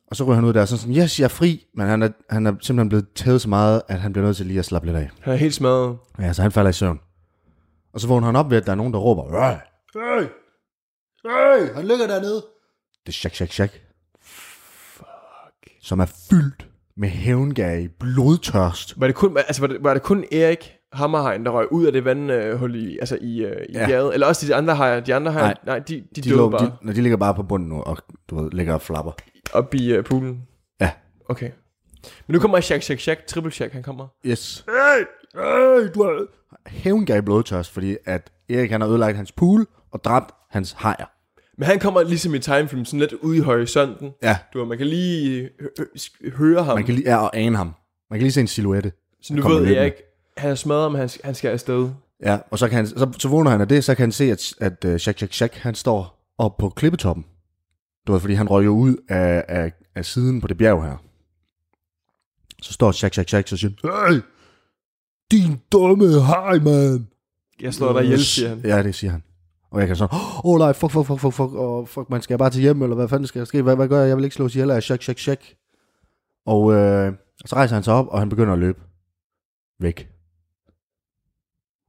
[SPEAKER 3] Og så ryger han ud der og sådan sådan, yes, jeg er fri. Men han er, han er simpelthen blevet tædet så meget, at han bliver nødt til lige at slappe lidt af.
[SPEAKER 2] Han er helt smadret.
[SPEAKER 3] Ja, så han falder i søvn. Og så vågner han op ved, at der er nogen, der råber, Øj! Øj! Øj! Han ligger dernede! Det er shak, shak, shak. Fuck. Som er fyldt med hævngage, blodtørst.
[SPEAKER 2] Var det kun, altså, var det, var det kun Erik Hammerhegn, der røg ud af det vandhul i, altså i, øh, i
[SPEAKER 3] Ja.
[SPEAKER 2] ja. bjerget? Eller også de andre hejer? De andre hejer,
[SPEAKER 3] Nej.
[SPEAKER 2] nej, nej de, de,
[SPEAKER 3] De,
[SPEAKER 2] døde
[SPEAKER 3] lå,
[SPEAKER 2] bare
[SPEAKER 3] de, når de ligger bare på bunden nu, og du ved, ligger og flapper.
[SPEAKER 2] op i øh, poolen.
[SPEAKER 3] Ja.
[SPEAKER 2] Okay. Men nu kommer Shaq, Shaq, Shaq, Triple Shaq, han kommer.
[SPEAKER 3] Yes. Øh, du har... Hævngav blodtørst, fordi at Erik han har ødelagt hans pool og dræbt hans hajer.
[SPEAKER 2] Men han kommer ligesom i timefilm sådan lidt ude i horisonten.
[SPEAKER 3] Ja,
[SPEAKER 2] Du, ved, man kan lige hø- hø- høre ham.
[SPEAKER 3] man kan lige ja, og ane ham. Man kan lige se en silhuette.
[SPEAKER 2] så
[SPEAKER 3] der
[SPEAKER 2] nu
[SPEAKER 3] kommer
[SPEAKER 2] ved
[SPEAKER 3] løbende.
[SPEAKER 2] jeg ikke, han er smadret, men han, han skal afsted.
[SPEAKER 3] Ja, og så, kan han, så, så vågner han af det, så kan han se, at, at uh, Shaq, Shaq, Shaq, han står oppe på klippetoppen. Du ved, fordi han røg jo ud af, af, af siden på det bjerg her. Så står Shaq, Shaq, Shaq, så siger han, Hey, din dumme hej, man.
[SPEAKER 2] Jeg slår dig ihjel, siger han.
[SPEAKER 3] Ja, det siger han. Og jeg kan sådan, åh oh, nej, fuck, fuck, fuck, fuck, fuck, oh, fuck, man skal jeg bare til hjem, eller hvad fanden skal der ske? Hvad, hvad gør jeg? Jeg vil ikke slås ihjel af Shaq, Shaq, Shaq. Og øh, så rejser han sig op, og han begynder at løbe. Væk.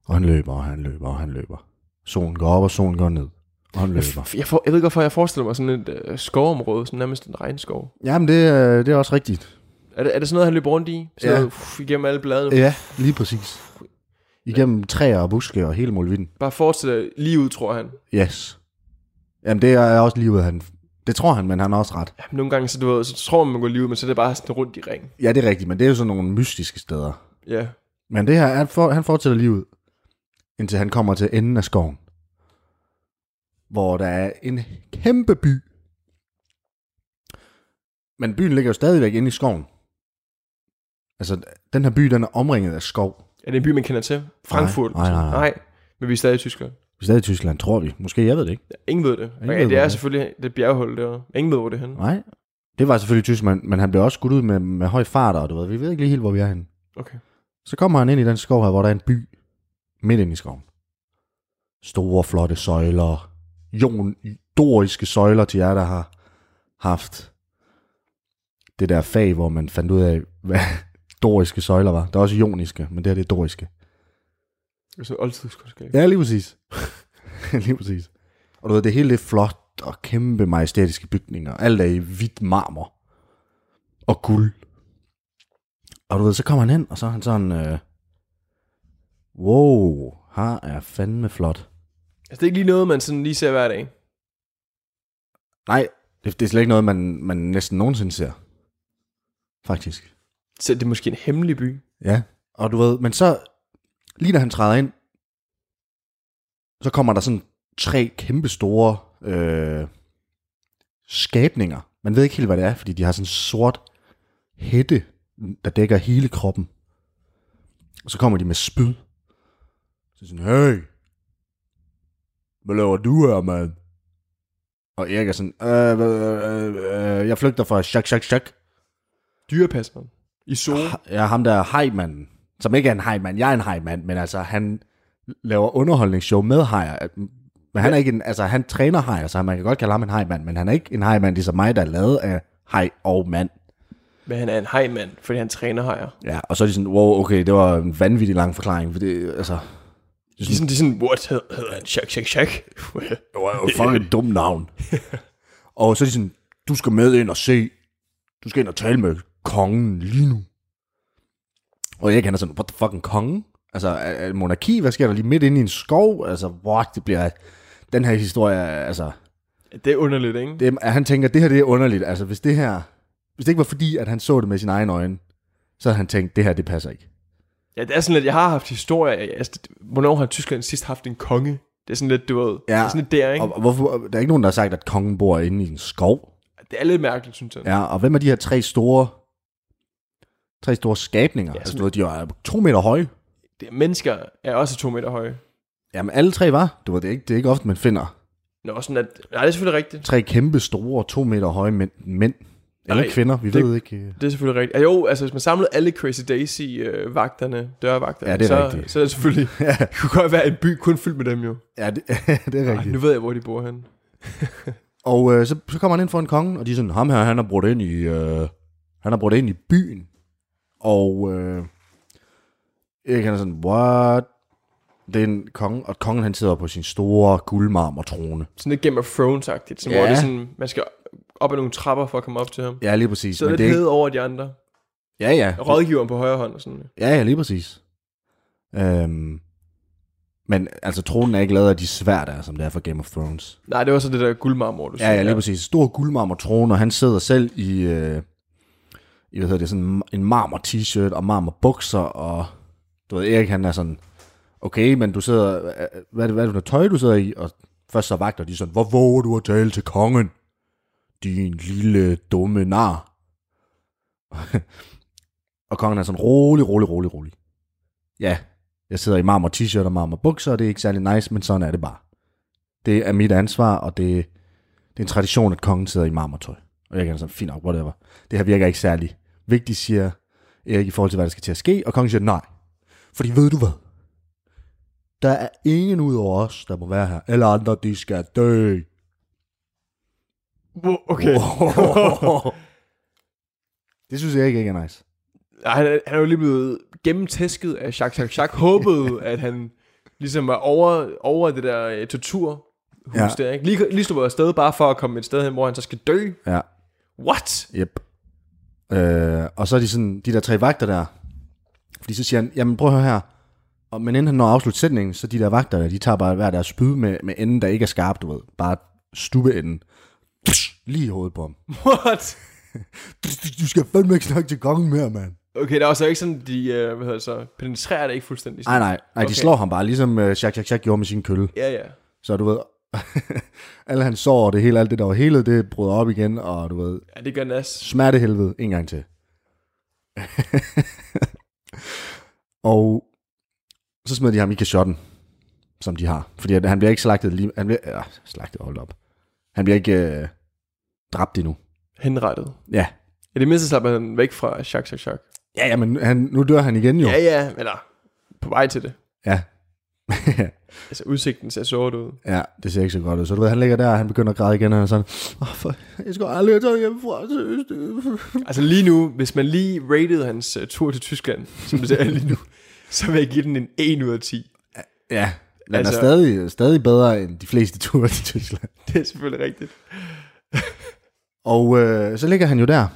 [SPEAKER 3] Og han løber, og han løber, og han løber. Solen går op, og solen går ned. Og han løber.
[SPEAKER 2] Jeg, for, jeg ved ikke, hvorfor jeg forestiller mig sådan et øh, skovområde, sådan nærmest en regnskov.
[SPEAKER 3] Jamen, det, øh, det er også rigtigt.
[SPEAKER 2] Er det, er det sådan noget, han løber rundt i? Sådan
[SPEAKER 3] Ja.
[SPEAKER 2] noget, uff, igennem alle bladene.
[SPEAKER 3] Ja, lige præcis. Igennem træer og buske og hele muligheden.
[SPEAKER 2] Bare fortsætter lige ud, tror han.
[SPEAKER 3] Yes. Jamen, det er også lige ud af han. Det tror han, men han har også ret.
[SPEAKER 2] Jamen, nogle gange, så, du ved, så tror man, man går lige ud, men så er det bare sådan rundt i ring.
[SPEAKER 3] Ja, det er rigtigt, men det er jo sådan nogle mystiske steder.
[SPEAKER 2] Ja.
[SPEAKER 3] Men det her, han, for, han fortsætter livet, indtil han kommer til enden af skoven. Hvor der er en kæmpe by. Men byen ligger jo stadigvæk inde i skoven. Altså, den her by, den er omringet af skov.
[SPEAKER 2] Er det en by, man kender til? Frankfurt?
[SPEAKER 3] nej, nej, nej.
[SPEAKER 2] nej. Men vi er stadig i Tyskland.
[SPEAKER 3] Vi er stadig i Tyskland, tror vi. Måske, jeg ved det ikke.
[SPEAKER 2] Ja, ingen ved det.
[SPEAKER 3] ved,
[SPEAKER 2] Ingen ja,
[SPEAKER 3] hvor
[SPEAKER 2] det
[SPEAKER 3] det
[SPEAKER 2] er
[SPEAKER 3] er.
[SPEAKER 2] selvfølgelig det bjerghul der. Ingen ved, hvor det er henne.
[SPEAKER 3] Nej. Det var selvfølgelig tysk, men, men han blev også skudt ud med, med høj fart, og du ved, vi ved ikke lige helt, hvor vi er henne.
[SPEAKER 2] Okay.
[SPEAKER 3] Så kommer han ind i den skov her, hvor der er en by midt inde i skoven. Store, flotte søjler. Jon, doriske søjler til jer, der har haft det der fag, hvor man fandt ud af, hvad doriske søjler var. Der er også ioniske, men det her det er doriske.
[SPEAKER 2] Det er sådan oldtidskundskab.
[SPEAKER 3] Ja, lige præcis. lige præcis. Og du ved, det hele det er flot og kæmpe majestætiske bygninger. Alt er i hvidt marmor. Og guld. Og du ved, så kommer han hen, og så er han sådan, øh, wow, her er fandme flot.
[SPEAKER 2] Altså, det er ikke lige noget, man sådan lige ser hver dag.
[SPEAKER 3] Nej, det, det er slet ikke noget, man, man næsten nogensinde ser. Faktisk.
[SPEAKER 2] Så det er måske en hemmelig by.
[SPEAKER 3] Ja, og du ved, men så, lige da han træder ind, så kommer der sådan tre kæmpe store øh, skabninger. Man ved ikke helt, hvad det er, fordi de har sådan en sort hætte, der dækker hele kroppen. Og så kommer de med spyd. Så sådan, hey, hvad laver du her, mand? Og Erik er sådan, øh, øh, øh, øh, jeg flygter fra chak, chak, chak.
[SPEAKER 2] Dyrepasseren. I Zoo.
[SPEAKER 3] Ja, ham der hejmanden, som ikke er en hejmand, jeg er en hejmand, men altså han laver underholdningsshow med hejer. Men han er ikke en, altså han træner hejer, så man kan godt kalde ham en hejmand, men han er ikke en hejmand, ligesom mig, der er lavet af hej og mand.
[SPEAKER 2] Men han er en hejmand, fordi han træner hejer.
[SPEAKER 3] Ja, og så er de sådan, wow, okay, det var en vanvittig lang forklaring, for det, altså,
[SPEAKER 2] De er sådan, de er sådan what hed- hedder han? Shak, shak, shak.
[SPEAKER 3] det var jo fucking et dumt navn. og så er de sådan, du skal med ind og se, du skal ind og tale med kongen lige nu. Og jeg kender sådan, what the fucking konge? Altså, er- er, monarki, hvad sker der lige midt inde i en skov? Altså, what, det bliver... Den her historie, er- altså...
[SPEAKER 2] det er underligt, ikke?
[SPEAKER 3] Det, er- han tænker, det her det er underligt. Altså, hvis det her... Hvis det ikke var fordi, at han så det med sine egne øjne, så havde han tænkt, det her, det passer ikke.
[SPEAKER 2] Ja, det er sådan lidt, jeg har haft historier. Altså, det- hvornår har Tyskland sidst haft en konge? Det er sådan lidt, du ved. Ja. Det er sådan lidt der, ikke?
[SPEAKER 3] Og, og hvorfor, der er ikke nogen, der har sagt, at kongen bor inde i en skov.
[SPEAKER 2] Det er lidt mærkeligt, synes jeg. Ja.
[SPEAKER 3] Ja, og hvem er de her tre store tre store skabninger? Ja,
[SPEAKER 2] Ja,
[SPEAKER 3] altså,
[SPEAKER 2] sådan-
[SPEAKER 3] du ved, de er to meter høje.
[SPEAKER 2] Det, mennesker er også to meter høje.
[SPEAKER 3] Jamen, alle tre var. Du ved, det er ikke, det er ikke ofte, man finder
[SPEAKER 2] Nå, sådan at, nej, det er selvfølgelig rigtigt.
[SPEAKER 3] tre kæmpe store, to meter høje mænd. mænd. Eller
[SPEAKER 2] Nej,
[SPEAKER 3] kvinder, vi
[SPEAKER 2] det-
[SPEAKER 3] det... ved ikke. øh.
[SPEAKER 2] Det er selvfølgelig rigtigt. Ah, jo, altså hvis man samlede alle Crazy Daisy-vagterne, dørvagterne,
[SPEAKER 3] Ja, det er
[SPEAKER 2] så,
[SPEAKER 3] rigtigt.
[SPEAKER 2] så er det selvfølgelig...
[SPEAKER 3] Ja,
[SPEAKER 2] Det kunne godt være en by kun fyldt med dem jo.
[SPEAKER 3] ja det, det er
[SPEAKER 2] Ej,
[SPEAKER 3] rigtigt.
[SPEAKER 2] nu ved jeg, hvor de bor henne.
[SPEAKER 3] Og øh, så, så kommer han ind for en konge, og de er sådan, ham her, han har brudt ind i, øh, han har brudt ind i byen. Og øh, Erik han er sådan, what? Det er en konge, og kongen han sidder på sin store guldmarmortrone.
[SPEAKER 2] Sådan lidt Game of Thrones-agtigt, sådan, ja. hvor
[SPEAKER 3] Ja.
[SPEAKER 2] det er sådan, man skal op ad nogle trapper for at komme op til ham.
[SPEAKER 3] Ja, lige præcis.
[SPEAKER 2] Så er
[SPEAKER 3] det
[SPEAKER 2] lidt hævet over de andre.
[SPEAKER 3] Ja, ja.
[SPEAKER 2] Og rådgiveren på højre hånd og sådan.
[SPEAKER 3] Ja, ja, lige præcis. Øhm, men altså, tronen er ikke lavet af de svær, der er, som det er for Game of Thrones.
[SPEAKER 2] Nej, det var så det der guldmarmor, du
[SPEAKER 3] Ja, ja, lige præcis. Stor guldmarmortrone, og han sidder selv i, øh, i hvad hedder det, sådan en marmor-t-shirt og marmorbukser og Du ved, Erik han er sådan, okay, men du sidder, øh, hvad er det, hvad er det for noget tøj, du sidder i? Og først så vagter de sådan, hvor våger du at tale til kongen? Din lille dumme nar. og kongen er sådan, rolig, rolig, rolig, rolig. Ja, jeg sidder i marmor t-shirt og marmor bukser, og det er ikke særlig nice, men sådan er det bare. Det er mit ansvar, og det, det er en tradition, at kongen sidder i marmortøj. Og jeg kan sådan, fint nok, whatever. Det her virker ikke særlig vigtigt, siger Erik i forhold til, hvad der skal til at ske. Og kongen siger, nej. Fordi ved du hvad? Der er ingen ud over os, der må være her. Alle andre, de skal dø.
[SPEAKER 2] Wow, okay.
[SPEAKER 3] det synes jeg ikke er nice.
[SPEAKER 2] Ej, han, er- han er jo lige blevet gennemtæsket af Jacques Jacques Jacques. Håbede, at han ligesom var over, over det der øh, tortur
[SPEAKER 3] Ja.
[SPEAKER 2] ja. der, ikke? Lige, lige sluppet afsted bare for at komme et sted hen, hvor han så skal dø.
[SPEAKER 3] Ja.
[SPEAKER 2] What?
[SPEAKER 3] Yep. Øh, og så er de sådan, de der tre vagter der, fordi så siger han, jamen prøv at høre her, og, men inden han når at afslutte sætningen, så de der vagter der, de tager bare hver deres spyd med, med enden, der ikke er skarp, du ved, bare stubeenden, lige i hovedet på ham.
[SPEAKER 2] What?
[SPEAKER 3] Du skal fandme ikke snakke til kongen mere, mand.
[SPEAKER 2] Okay, der er også ikke sådan, de øh, hvad hedder det så, penetrerer det ikke fuldstændig.
[SPEAKER 3] Nej, nej, nej, okay.
[SPEAKER 2] Okay.
[SPEAKER 3] de slår ham bare, ligesom uh, Jacques Jacques gjorde med sin kølle.
[SPEAKER 2] Ja, ja.
[SPEAKER 3] Så du ved, alle hans sår og det hele, alt det der var helet, det bryder op igen, og du ved,
[SPEAKER 2] Ja, det gør Nas.
[SPEAKER 3] smertehelvede en gang til. og så smed de ham i kashotten, som de har. Fordi at han bliver ikke slagtet lige... Han bliver, øh, slagtet, hold op. Han bliver ikke øh, dræbt endnu.
[SPEAKER 2] Henrettet.
[SPEAKER 3] Ja.
[SPEAKER 2] I det mindste slapper han væk fra Jacques Jacques Jacques.
[SPEAKER 3] Ja, ja, men han, nu dør han igen jo.
[SPEAKER 2] Ja, ja, eller på vej til det.
[SPEAKER 3] ja.
[SPEAKER 2] Altså, udsigten ser sort ud.
[SPEAKER 3] ja, det ser ikke så godt ud. Så du ved, han ligger der, og han begynder at græde igen, og han er sådan, Åh, for, jeg skal aldrig have taget hjemmefra. seriøst."
[SPEAKER 2] Altså lige nu, hvis man lige rated hans uh, tur til Tyskland, som det ser lige nu, så vil jeg give den en 1 ud af 10.
[SPEAKER 3] Ja, men
[SPEAKER 2] Altså-
[SPEAKER 3] altså, er stadig, stadig bedre end de fleste ture til Tyskland.
[SPEAKER 2] Det er selvfølgelig rigtigt.
[SPEAKER 3] Og øh, så ligger han jo der,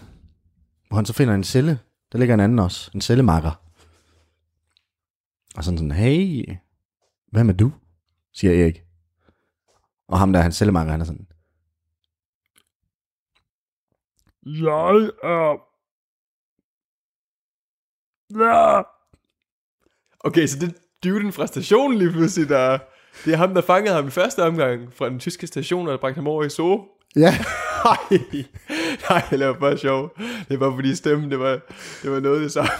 [SPEAKER 3] hvor han så finder en celle. Der ligger en anden også, en cellemakker. Og sådan sådan, hey, hvem er du? Siger Erik. Og ham der, hans cellemakker, han er sådan,
[SPEAKER 4] Jeg er... Ja.
[SPEAKER 2] Okay, så det er den fra stationen lige pludselig, der... Det er ham, der fangede ham i første omgang fra den tyske station, og der bragte ham over i Zoo.
[SPEAKER 3] ja,
[SPEAKER 2] Nej, nej, jeg laver bare sjov. Det var fordi stemmen, det var, det var noget af det samme.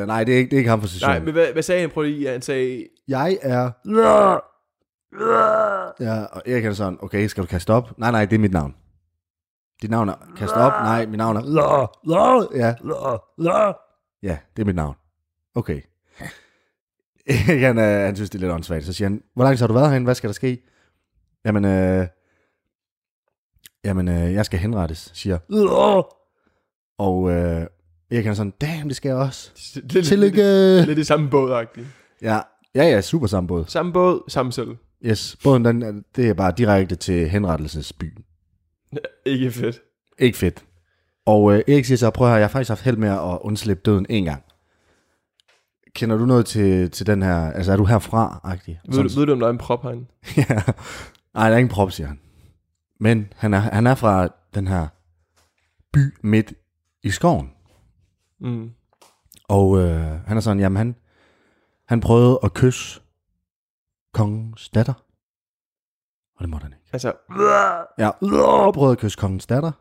[SPEAKER 3] øh, nej, det er, ikke, det er ikke ham for
[SPEAKER 2] Nej,
[SPEAKER 3] stationen.
[SPEAKER 2] men hvad, hvad sagde han? Prøv lige, han sagde...
[SPEAKER 3] Jeg er,
[SPEAKER 4] Ja. Ja.
[SPEAKER 3] ja, og Erik han er sådan, okay, skal du kaste op? Nej, nej, det er mit navn. Dit navn er, kaste op? Nej, mit navn er,
[SPEAKER 4] La, la,
[SPEAKER 3] ja,
[SPEAKER 4] la, la.
[SPEAKER 3] Ja, det er mit navn. Okay. Erik, han, øh, han synes, det er lidt åndssvagt. Så siger han, hvor lang tid har du været herinde? Hvad skal der ske? Jamen, øh, jamen øh, jeg skal henrettes, siger.
[SPEAKER 4] La.
[SPEAKER 3] Og øh, Erik han er sådan, damn, det skal jeg også.
[SPEAKER 2] Lidt, lidt, lidt,
[SPEAKER 3] Tillykke!
[SPEAKER 2] lidt, lidt i samme båd, agtigt.
[SPEAKER 3] Ja, ja, ja, super samme båd.
[SPEAKER 2] Samme båd, samme selv.
[SPEAKER 3] Yes, båden, den, er- det er bare direkte til henrettelsesbyen.
[SPEAKER 2] Ikke fedt.
[SPEAKER 3] Ikke fedt. Og øh, Erik siger så, prøv at høre, jeg har faktisk haft held med at undslippe døden en gang. Kender du noget til, til den her, altså er du herfra-agtig?
[SPEAKER 2] Ved, du, ved du, om der er en prop herinde?
[SPEAKER 3] Ja. Nej, der er ingen prop, siger han. Men han er, han er fra den her by midt i skoven.
[SPEAKER 2] Mm.
[SPEAKER 3] Og øh, han er sådan, jamen han, han prøvede at kysse kongens datter. Og det måtte han ikke.
[SPEAKER 2] Altså,
[SPEAKER 3] Ja, øh, prøvede at kysse kongens datter.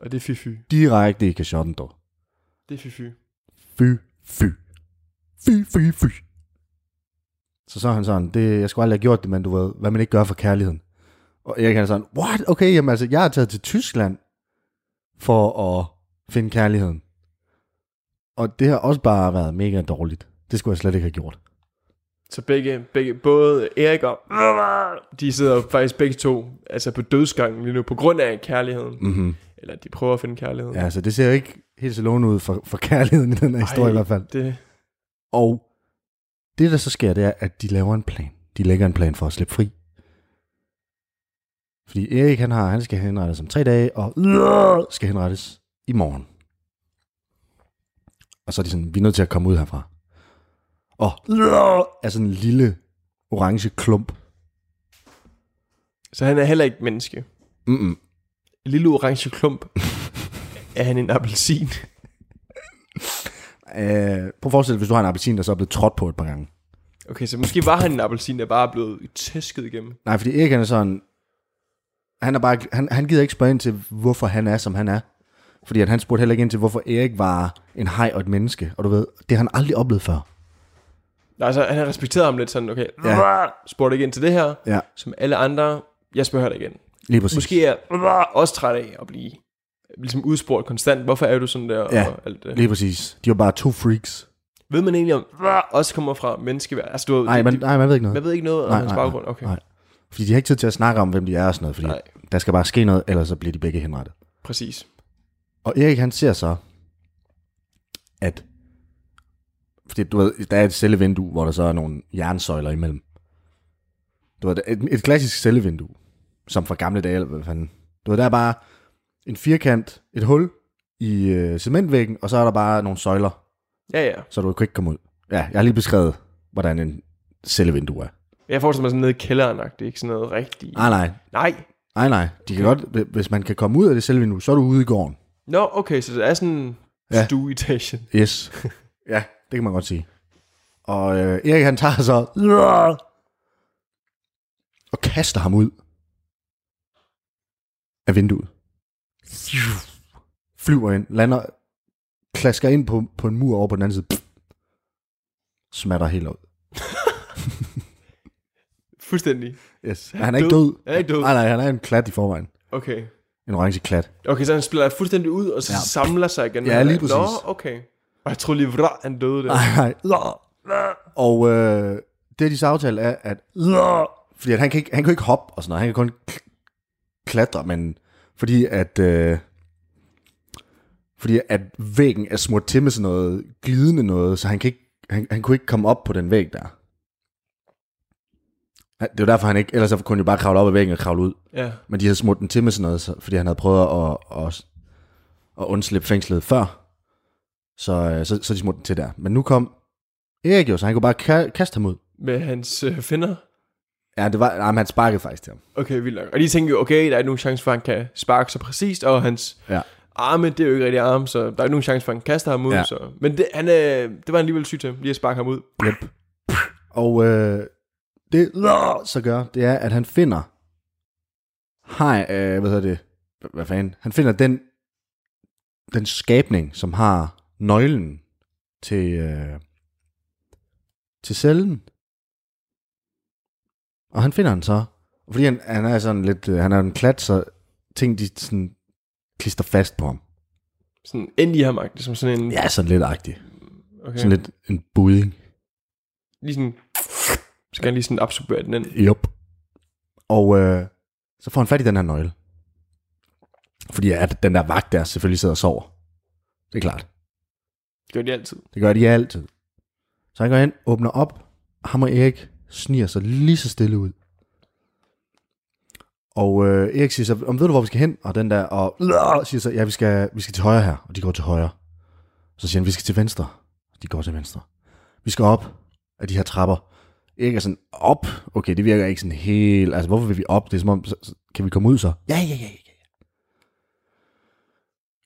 [SPEAKER 2] og det er fy fy.
[SPEAKER 3] Direkte i kashotten dog.
[SPEAKER 2] Det er fy fy.
[SPEAKER 3] Fy, fy. Fy, fy, fy. Så så er han sådan, det, jeg skulle aldrig have gjort det, men du ved, hvad man ikke gør for kærligheden. Og Erik han er sådan, what? Okay, jamen altså, jeg er taget til Tyskland for at finde kærligheden. Og det har også bare været mega dårligt. Det skulle jeg slet ikke have gjort.
[SPEAKER 2] Så begge, begge, både Erik og de sidder faktisk begge to altså på dødsgangen lige nu, på grund af kærligheden.
[SPEAKER 3] Mm-hmm.
[SPEAKER 2] Eller de prøver at finde kærligheden.
[SPEAKER 3] Ja, så det ser jo ikke helt så lovende ud for, for kærligheden i den her historie i hvert fald.
[SPEAKER 2] Det,
[SPEAKER 3] Og det, der så sker, det er, at de laver en plan. De lægger en plan for at slippe fri. Fordi Erik, han, har, han skal henrettes om tre dage, og øh, skal henrettes i morgen. Og så er de sådan, vi er nødt til at komme ud herfra. Og øh, er sådan en lille orange klump.
[SPEAKER 2] så han er heller ikke menneske.
[SPEAKER 3] Mm-mm.
[SPEAKER 2] En lille orange klump. er han en appelsin?
[SPEAKER 3] Øh, prøv at forestille dig, hvis du har en appelsin, der så er blevet trådt på et par gange.
[SPEAKER 2] Okay, så måske var han en appelsin, der bare er blevet tæsket igennem.
[SPEAKER 3] Nej, fordi Erik han er sådan... Han, er bare, han, han gider ikke spørge ind til, hvorfor han er, som han er. Fordi at han spurgte heller ikke ind til, hvorfor Erik var en hej og et menneske. Og du ved, det har han aldrig oplevet før.
[SPEAKER 2] Nej, altså han respekterede ham lidt sådan, okay,
[SPEAKER 3] Ja.
[SPEAKER 2] spurgte ikke ind til det her,
[SPEAKER 3] Ja,
[SPEAKER 2] som alle andre, jeg spørger dig igen.
[SPEAKER 3] lige præcis.
[SPEAKER 2] Måske er jeg også træt af at blive ligesom udspurgt konstant, hvorfor er du sådan der,
[SPEAKER 3] Ja.
[SPEAKER 2] og alt det.
[SPEAKER 3] Lige præcis. De var bare to freaks.
[SPEAKER 2] Ved man egentlig om, også kommer fra menneskeværd? Altså, du, ved,
[SPEAKER 3] Nej,
[SPEAKER 2] de-
[SPEAKER 3] man,
[SPEAKER 2] de-
[SPEAKER 3] nej, man ved ikke noget.
[SPEAKER 2] man ved ikke noget om
[SPEAKER 3] Nej,
[SPEAKER 2] hans
[SPEAKER 3] nej, nej,
[SPEAKER 2] baggrund. Okay,
[SPEAKER 3] nej. Fordi de har ikke tid til at snakke om, hvem de er og sådan noget. Fordi
[SPEAKER 2] Nej.
[SPEAKER 3] der skal bare ske noget, ellers så bliver de begge henrettet.
[SPEAKER 2] præcis.
[SPEAKER 3] Og Erik han ser så, at fordi du ved, der er et cellevindue, hvor der så er nogle jernsøjler imellem. Du ved, et, et klassisk cellevindue, som fra gamle dage, eller hvad fanden. Du ved, der er bare en firkant, et hul i øh, cementvæggen, og så er der bare nogle søjler,
[SPEAKER 2] Ja, ja.
[SPEAKER 3] så du kan ikke komme ud. Ja, jeg har lige beskrevet, hvordan en cellevindue er.
[SPEAKER 2] Jeg forestiller mig sådan nede i kælderen, det er ikke sådan noget rigtigt.
[SPEAKER 3] Nej, nej,
[SPEAKER 2] Nej.
[SPEAKER 3] nej, nej. De kan godt, hvis man kan komme ud af det cellevindue, så er du ude i gården.
[SPEAKER 2] Nå, okay, så det er sådan en
[SPEAKER 3] Ja.
[SPEAKER 2] ja. stueetage.
[SPEAKER 3] Yes. ja, det kan man godt sige. Og øh, Erik han tager så
[SPEAKER 4] Ja.
[SPEAKER 3] og kaster ham ud af vinduet. Flyver ind, lander, klasker ind på, på en mur over på den anden side. Smatter helt ud.
[SPEAKER 2] Fuldstændig.
[SPEAKER 3] Yes. Han er ikke død.
[SPEAKER 2] Han er ikke død.
[SPEAKER 3] Nej, nej, han er en klat i forvejen.
[SPEAKER 2] Okay.
[SPEAKER 3] En orange klat.
[SPEAKER 2] Okay, så han spiller fuldstændig ud, og så
[SPEAKER 3] Ja.
[SPEAKER 2] ja. samler sig igen.
[SPEAKER 3] Ja, lige præcis.
[SPEAKER 2] Nå, okay. Og jeg tror lige, vrra, han døde der.
[SPEAKER 3] Nej, nej.
[SPEAKER 4] Ja.
[SPEAKER 3] Og øh, det, de så aftalte, er, at
[SPEAKER 4] Ja.
[SPEAKER 3] Fordi at han, kan ikke, han kan ikke hoppe og sådan noget. Han kan kun k- klatre, men fordi at... Øh, fordi at væggen er smurt til med sådan noget glidende noget, så han, kan ikke, han, han kunne ikke komme op på den væg der. Han- Det var derfor, han ikke... Ellers så kunne han jo bare kravle op ad væggen og kravle ud.
[SPEAKER 2] Ja.
[SPEAKER 3] Men de havde smurt den til med sådan noget, så, fordi han havde prøvet at, at, at undslippe fængslet før. Så, øh, så, så de smurte den til der. Men nu kom Erik jo, så han kunne bare ka- kaste ham ud.
[SPEAKER 2] Med hans øh, finder.
[SPEAKER 3] Ja, det var, nej, men han sparkede faktisk til ham.
[SPEAKER 2] Okay, vildt nok. Og de tænker jo, okay, der er ikke nogen chance for, at han kan sparke så præcist, og hans
[SPEAKER 3] Ja.
[SPEAKER 2] arme, det er jo ikke rigtig arme, så der er ikke nogen chance for, at han kaster ham ud.
[SPEAKER 3] Ja.
[SPEAKER 2] Ja. Så. Men det, han, øh, det var han alligevel syg til, lige at sparke ham ud.
[SPEAKER 3] Yep. Og øh, det Lars så gør, det er, at han finder hej, øh, hvad hedder det, Hva- hvad fanden, han finder den, den skabning, som har nøglen til, øh, til cellen. Og han finder den så, fordi han, han er sådan lidt, øh, han er en klat, så ting de sådan klister fast på ham.
[SPEAKER 2] Sådan ind i ham, agtigt, som Ligesom sådan en...
[SPEAKER 3] Ja, sådan lidt agtig.
[SPEAKER 2] okay.
[SPEAKER 3] Sådan lidt en budding.
[SPEAKER 2] Lige sådan... Så kan han lige sådan absorbere den ind.
[SPEAKER 3] Jup. Og øh, så får han fat i den her nøgle. Fordi at den der vagt der selvfølgelig sidder og sover. Det er klart.
[SPEAKER 2] Det gør de altid.
[SPEAKER 3] Det gør de altid. Så han går ind, åbner op, og ham og Erik sniger sig lige så stille ud. Og øh, Erik siger så, om ved du, hvor vi skal hen? Og den der, og øh, siger så, ja, vi skal, vi skal til højre her. Og de går til højre. Så siger han, vi skal til venstre. Og de går til venstre. Vi skal op af de her trapper. Erik er sådan, op? Okay, det virker ikke sådan helt... Altså, hvorfor vil vi op? Det er som om, så, så, kan vi komme ud så? Ja, ja, ja, ja, ja.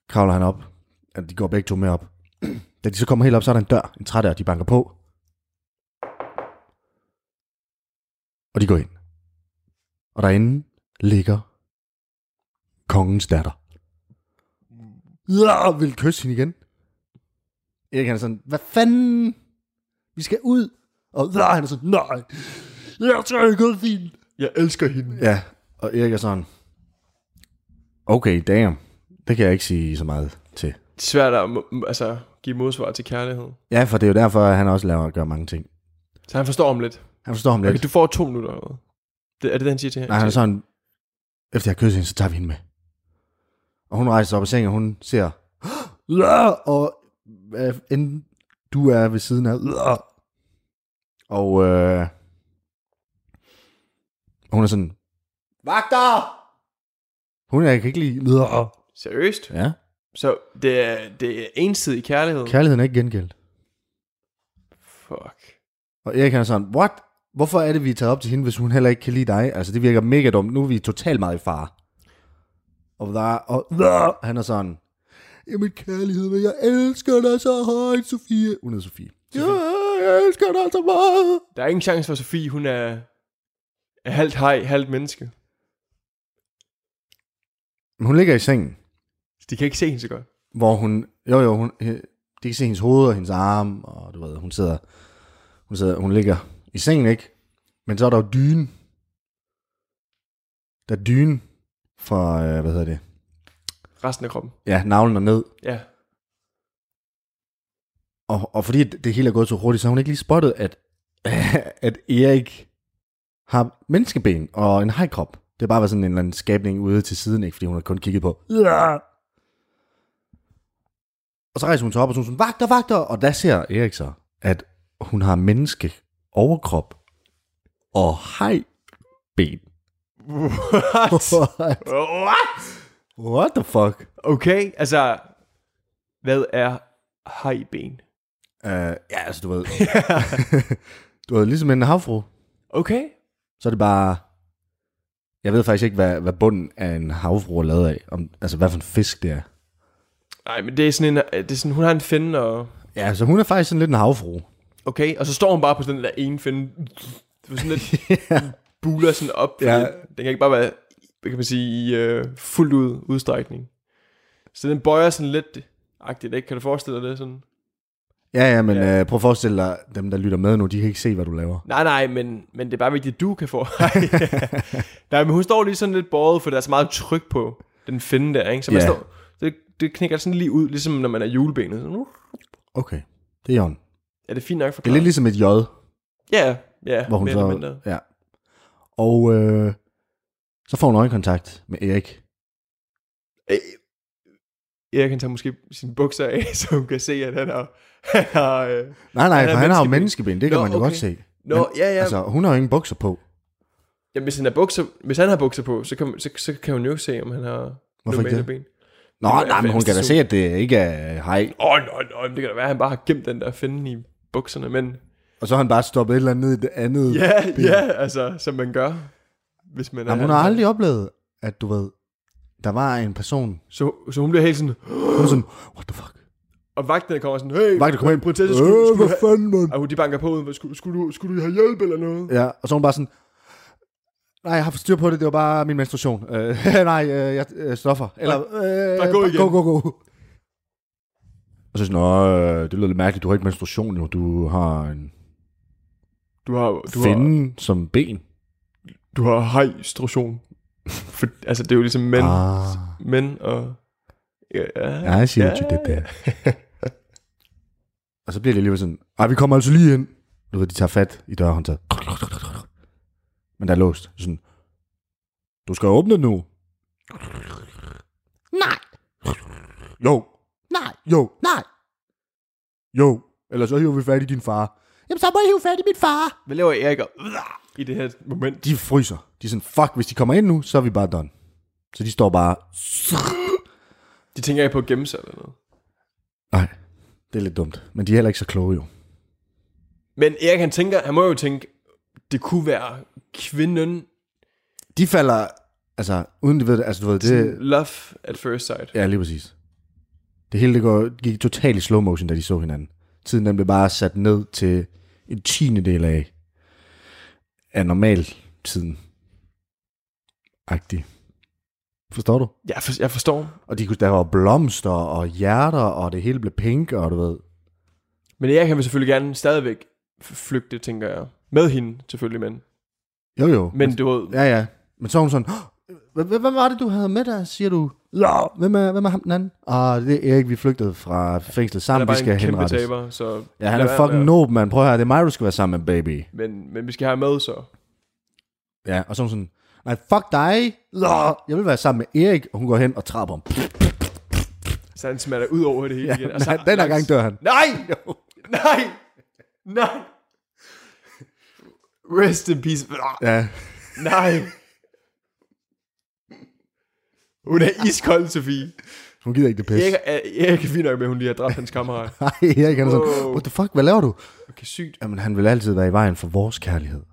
[SPEAKER 3] Kravler han op. Altså, de går begge to med op. Da de så kommer helt op, så er der en dør, en trædør, de banker på. Og de går ind. Og derinde ligger kongens datter. Ja, vil kysse hende igen. Erik han er sådan, hvad fanden? Vi skal ud. Og ja, han er sådan, nej, jeg skal ikke ud din.
[SPEAKER 2] Jeg elsker hende.
[SPEAKER 3] Ja, og Erik er sådan, okay, damn. Det kan jeg ikke sige så meget til.
[SPEAKER 2] Det er svært at mo- altså, give modsvar til kærlighed.
[SPEAKER 3] Ja, for det er jo derfor, at han også laver og gør mange ting.
[SPEAKER 2] Så han forstår om lidt.
[SPEAKER 3] Han forstår ham lidt.
[SPEAKER 2] Okay, du får to minutter. Eller? hvad? Det, er det det, han siger til hende?
[SPEAKER 3] Nej, han er sådan, efter jeg har kysset hende, så tager vi hende med. Og hun rejser sig op af sengen, og hun ser, "Lå!" og hvad end du er ved siden af, "Lå!" og øh, og hun er sådan, vagter! Hun er, jeg kan ikke lide, "Lå!"
[SPEAKER 2] Seriøst?
[SPEAKER 3] ja,
[SPEAKER 2] Så det er, det er ensidig kærlighed?
[SPEAKER 3] kærligheden er ikke gengældt.
[SPEAKER 2] Fuck.
[SPEAKER 3] Og Erik han er sådan, what? Hvorfor er det, vi er taget op til hende, hvis hun heller ikke kan lide dig? Altså, det virker mega dumt. Nu er vi totalt meget i fare. Og, der, og
[SPEAKER 4] Ja.
[SPEAKER 3] han er sådan, Jamen kærlighed, men jeg elsker dig så højt, Sofie. Hun hedder Sofie. Ja, jeg elsker dig så meget.
[SPEAKER 2] Der er ingen chance for, at Sofie, hun er, er halvt hej, halvt menneske.
[SPEAKER 3] Men hun ligger i sengen,
[SPEAKER 2] Så de kan ikke se hende så godt.
[SPEAKER 3] hvor hun... Jo, jo, hun, he- de kan se hendes hoved og hendes arme, og du ved, hun sidder... Hun, sidder, hun ligger i sengen, ikke? Men så er der jo dynen. Der er dynen fra, øh, hvad hedder det?
[SPEAKER 2] Resten af kroppen.
[SPEAKER 3] Ja, navlen og ned.
[SPEAKER 2] Ja.
[SPEAKER 3] Og, og fordi det hele er gået så hurtigt, så har hun ikke lige spottet, at, at Erik har menneskeben og en hajkrop. Det har bare været sådan en eller anden skabning ude til siden, ikke? fordi hun har kun kigget på.
[SPEAKER 4] ja,
[SPEAKER 3] Og så rejser hun sig op, og så er hun sådan, vagter, vagter! Og der ser Erik så, at hun har menneske overkrop og hajben.
[SPEAKER 2] What?
[SPEAKER 3] What?
[SPEAKER 2] What?
[SPEAKER 3] What the fuck?
[SPEAKER 2] Okay, altså... Hvad er hejben?
[SPEAKER 3] Uh, ja, altså du ved... du ved, ligesom en havfru,
[SPEAKER 2] Okay.
[SPEAKER 3] så er det bare... Jeg ved faktisk ikke, hvad, hvad bunden af en havfru er lavet af. Om, altså, hvad for en fisk det er.
[SPEAKER 2] Nej, men det er sådan en... Det er sådan, hun har en finde, og...
[SPEAKER 3] Ja, så hun er faktisk sådan lidt en havfru.
[SPEAKER 2] Okay, og så står hun bare på den der ene finde. Det var sådan lidt... Buler sådan op. fordi
[SPEAKER 3] Ja.
[SPEAKER 2] Den kan ikke bare være, hvad kan man sige, i øh, fuldt ud udstrækning. Så den bøjer sådan lidt agtigt, ikke? Kan du forestille dig det sådan?
[SPEAKER 3] Ja, ja, men
[SPEAKER 2] Ja.
[SPEAKER 3] ja. Øh, prøv at forestille dig, dem der lytter med nu, de kan ikke se, hvad du laver.
[SPEAKER 2] Nej, nej, men, men det er bare vigtigt, at du kan få. nej, men hun står lige sådan lidt båret, for der er så meget tryk på den finde der, ikke? Så man
[SPEAKER 3] Ja.
[SPEAKER 2] står, det, det knækker sådan lige ud, ligesom når man er julebenet. Sådan, uh,
[SPEAKER 3] Okay, det er jorden.
[SPEAKER 2] er det fint nok for
[SPEAKER 3] Det er lidt ligesom et jod,
[SPEAKER 2] Ja, ja.
[SPEAKER 3] hvor hun
[SPEAKER 2] mere eller mindre.
[SPEAKER 3] så... Ja. Og øh, så får hun øjenkontakt med Erik.
[SPEAKER 2] Øh, Erik, han tager måske sine bukser af, så hun kan se, at han har... Han har øh...
[SPEAKER 3] Nej, nej,
[SPEAKER 2] Han er
[SPEAKER 3] for han har jo
[SPEAKER 2] menneskeben.
[SPEAKER 3] menneskeben, det kan
[SPEAKER 2] Nå,
[SPEAKER 3] man jo
[SPEAKER 2] okay.
[SPEAKER 3] godt se.
[SPEAKER 2] Nå,
[SPEAKER 3] Men,
[SPEAKER 2] ja, ja. Altså,
[SPEAKER 3] Altså, hun har jo ingen bukser på.
[SPEAKER 2] Jamen, hvis han, har bukser, hvis han har bukser på, så kan, så, så kan hun jo ikke se, om han har
[SPEAKER 3] Hvorfor ikke
[SPEAKER 2] normale
[SPEAKER 3] det?
[SPEAKER 2] ben.
[SPEAKER 3] Nå,
[SPEAKER 2] Det er
[SPEAKER 3] nej, men hun kan da
[SPEAKER 2] fast-
[SPEAKER 3] se, at det ikke er hej.
[SPEAKER 2] Åh, oh, nej, nej, men det kan da være, at han bare har gemt den der finde i bukserne, men...
[SPEAKER 3] Og så har han bare stoppet et eller andet ned i det andet.
[SPEAKER 2] Ja,
[SPEAKER 3] ben.
[SPEAKER 2] ja, altså, som man gør, hvis man
[SPEAKER 3] Jamen, hun har aldrig oplevet, at du ved, der var en person.
[SPEAKER 2] Så, så hun bliver helt sådan...
[SPEAKER 3] Hun er sådan, what the fuck?
[SPEAKER 2] Og vagterne kommer sådan, hey,
[SPEAKER 3] Vagter, kom ind.
[SPEAKER 2] prinsesse, skulle,
[SPEAKER 3] Øh,
[SPEAKER 2] skulle,
[SPEAKER 3] hvad
[SPEAKER 2] du have...
[SPEAKER 3] fanden, mand?
[SPEAKER 2] Og de banker på ud, skulle, skulle, du, skulle du have hjælp eller noget?
[SPEAKER 3] Ja, og så er hun bare sådan, nej, jeg har haft styr på det, det var bare min menstruation. Øh, nej, øh, jeg øh, stoffer. Eller, øh,
[SPEAKER 2] Bare gå igen.
[SPEAKER 3] Gå, gå, gå. Og så er jeg sådan, "Nå, øh, det lyder lidt mærkeligt, du har ikke menstruation jo, du har en
[SPEAKER 2] Du har, du
[SPEAKER 3] du
[SPEAKER 2] har,
[SPEAKER 3] finde har... som ben.
[SPEAKER 2] du har hejstruktion. For, altså, det er jo ligesom mænd, ah.
[SPEAKER 3] Ah,
[SPEAKER 2] mænd og... Ja, ja.
[SPEAKER 3] ja, I see what you did there. og så bliver det alligevel sådan, ej, vi kommer altså lige ind. Du ved, de tager fat i dørhåndtaget. Men der er låst. Sådan, du skal åbne den nu.
[SPEAKER 5] Nej,
[SPEAKER 3] Jo,
[SPEAKER 5] nej,
[SPEAKER 3] jo,
[SPEAKER 5] nej.
[SPEAKER 3] Jo, eller så hiver vi fat i din far.
[SPEAKER 5] Jamen, så må jeg hive fat i min far.
[SPEAKER 2] Hvad laver Erik og... I det her moment.
[SPEAKER 3] De fryser. De er sådan, fuck, hvis de kommer ind nu, så er vi bare done. Så de står bare,
[SPEAKER 2] De tænker ikke på at gemme sig eller noget.
[SPEAKER 3] nej, det er lidt dumt. Men de er heller ikke så kloge jo.
[SPEAKER 2] Men Erik, han tænker... Han må jo tænke... Det kunne være kvinden...
[SPEAKER 3] De falder, altså, uden de ved det, altså du ved, det,
[SPEAKER 2] Love at first sight.
[SPEAKER 3] ja, lige præcis. Det hele det går, gik totalt i slow motion, da de så hinanden. Tiden den blev bare sat ned til en tiende del af, af normal tiden. Agtig. Forstår du?
[SPEAKER 2] Jeg, for, jeg forstår.
[SPEAKER 3] Og de kunne, der var blomster og hjerter, og det hele blev pink, og du ved,
[SPEAKER 2] Men Erik, han vil selvfølgelig gerne stadigvæk flygte, tænker jeg. Med hende, selvfølgelig, men...
[SPEAKER 3] Jo, jo.
[SPEAKER 2] Men du ved...
[SPEAKER 3] Ja, ja. Men så er hun sådan, "Hå! Hva- hvad var det, du havde med dig, siger du?
[SPEAKER 4] ja,
[SPEAKER 3] Hvem er, hvem er ham den anden? Og det er Erik, vi flygtede fra fængslet
[SPEAKER 2] Han er
[SPEAKER 3] sammen, vi
[SPEAKER 2] bare
[SPEAKER 3] skal
[SPEAKER 2] en kæmpe
[SPEAKER 3] henrettes.
[SPEAKER 2] taber, så...
[SPEAKER 3] Ja, han
[SPEAKER 2] lad
[SPEAKER 3] er
[SPEAKER 2] være
[SPEAKER 3] fucking
[SPEAKER 2] med at-
[SPEAKER 3] noob, mand. Prøv at høre, det er mig, du skal være sammen med, baby.
[SPEAKER 2] Men, men vi skal have ham med, så.
[SPEAKER 3] Ja, og så er hun sådan, nej, fuck dig. Nå, Jeg vil være sammen med Erik, og hun går hen og trapper ham.
[SPEAKER 2] Så han smatter ud over det hele
[SPEAKER 3] Ja,
[SPEAKER 2] igen. Altså,
[SPEAKER 3] nej, den her gang dør han.
[SPEAKER 2] Nej! Nej! Nej! Rest in peace.
[SPEAKER 3] Ja,
[SPEAKER 2] Nej! Hun er iskold, Sofie.
[SPEAKER 3] hun gider ikke det pis.
[SPEAKER 2] Erik, er- Erik er fint nok med, at hun lige har dræbt hans kammerat.
[SPEAKER 3] Nej, Erik han er sådan,
[SPEAKER 2] Wow.
[SPEAKER 3] what the fuck, hvad laver du?
[SPEAKER 2] Okay, sygt.
[SPEAKER 3] Jamen, han vil altid være i vejen for vores kærlighed.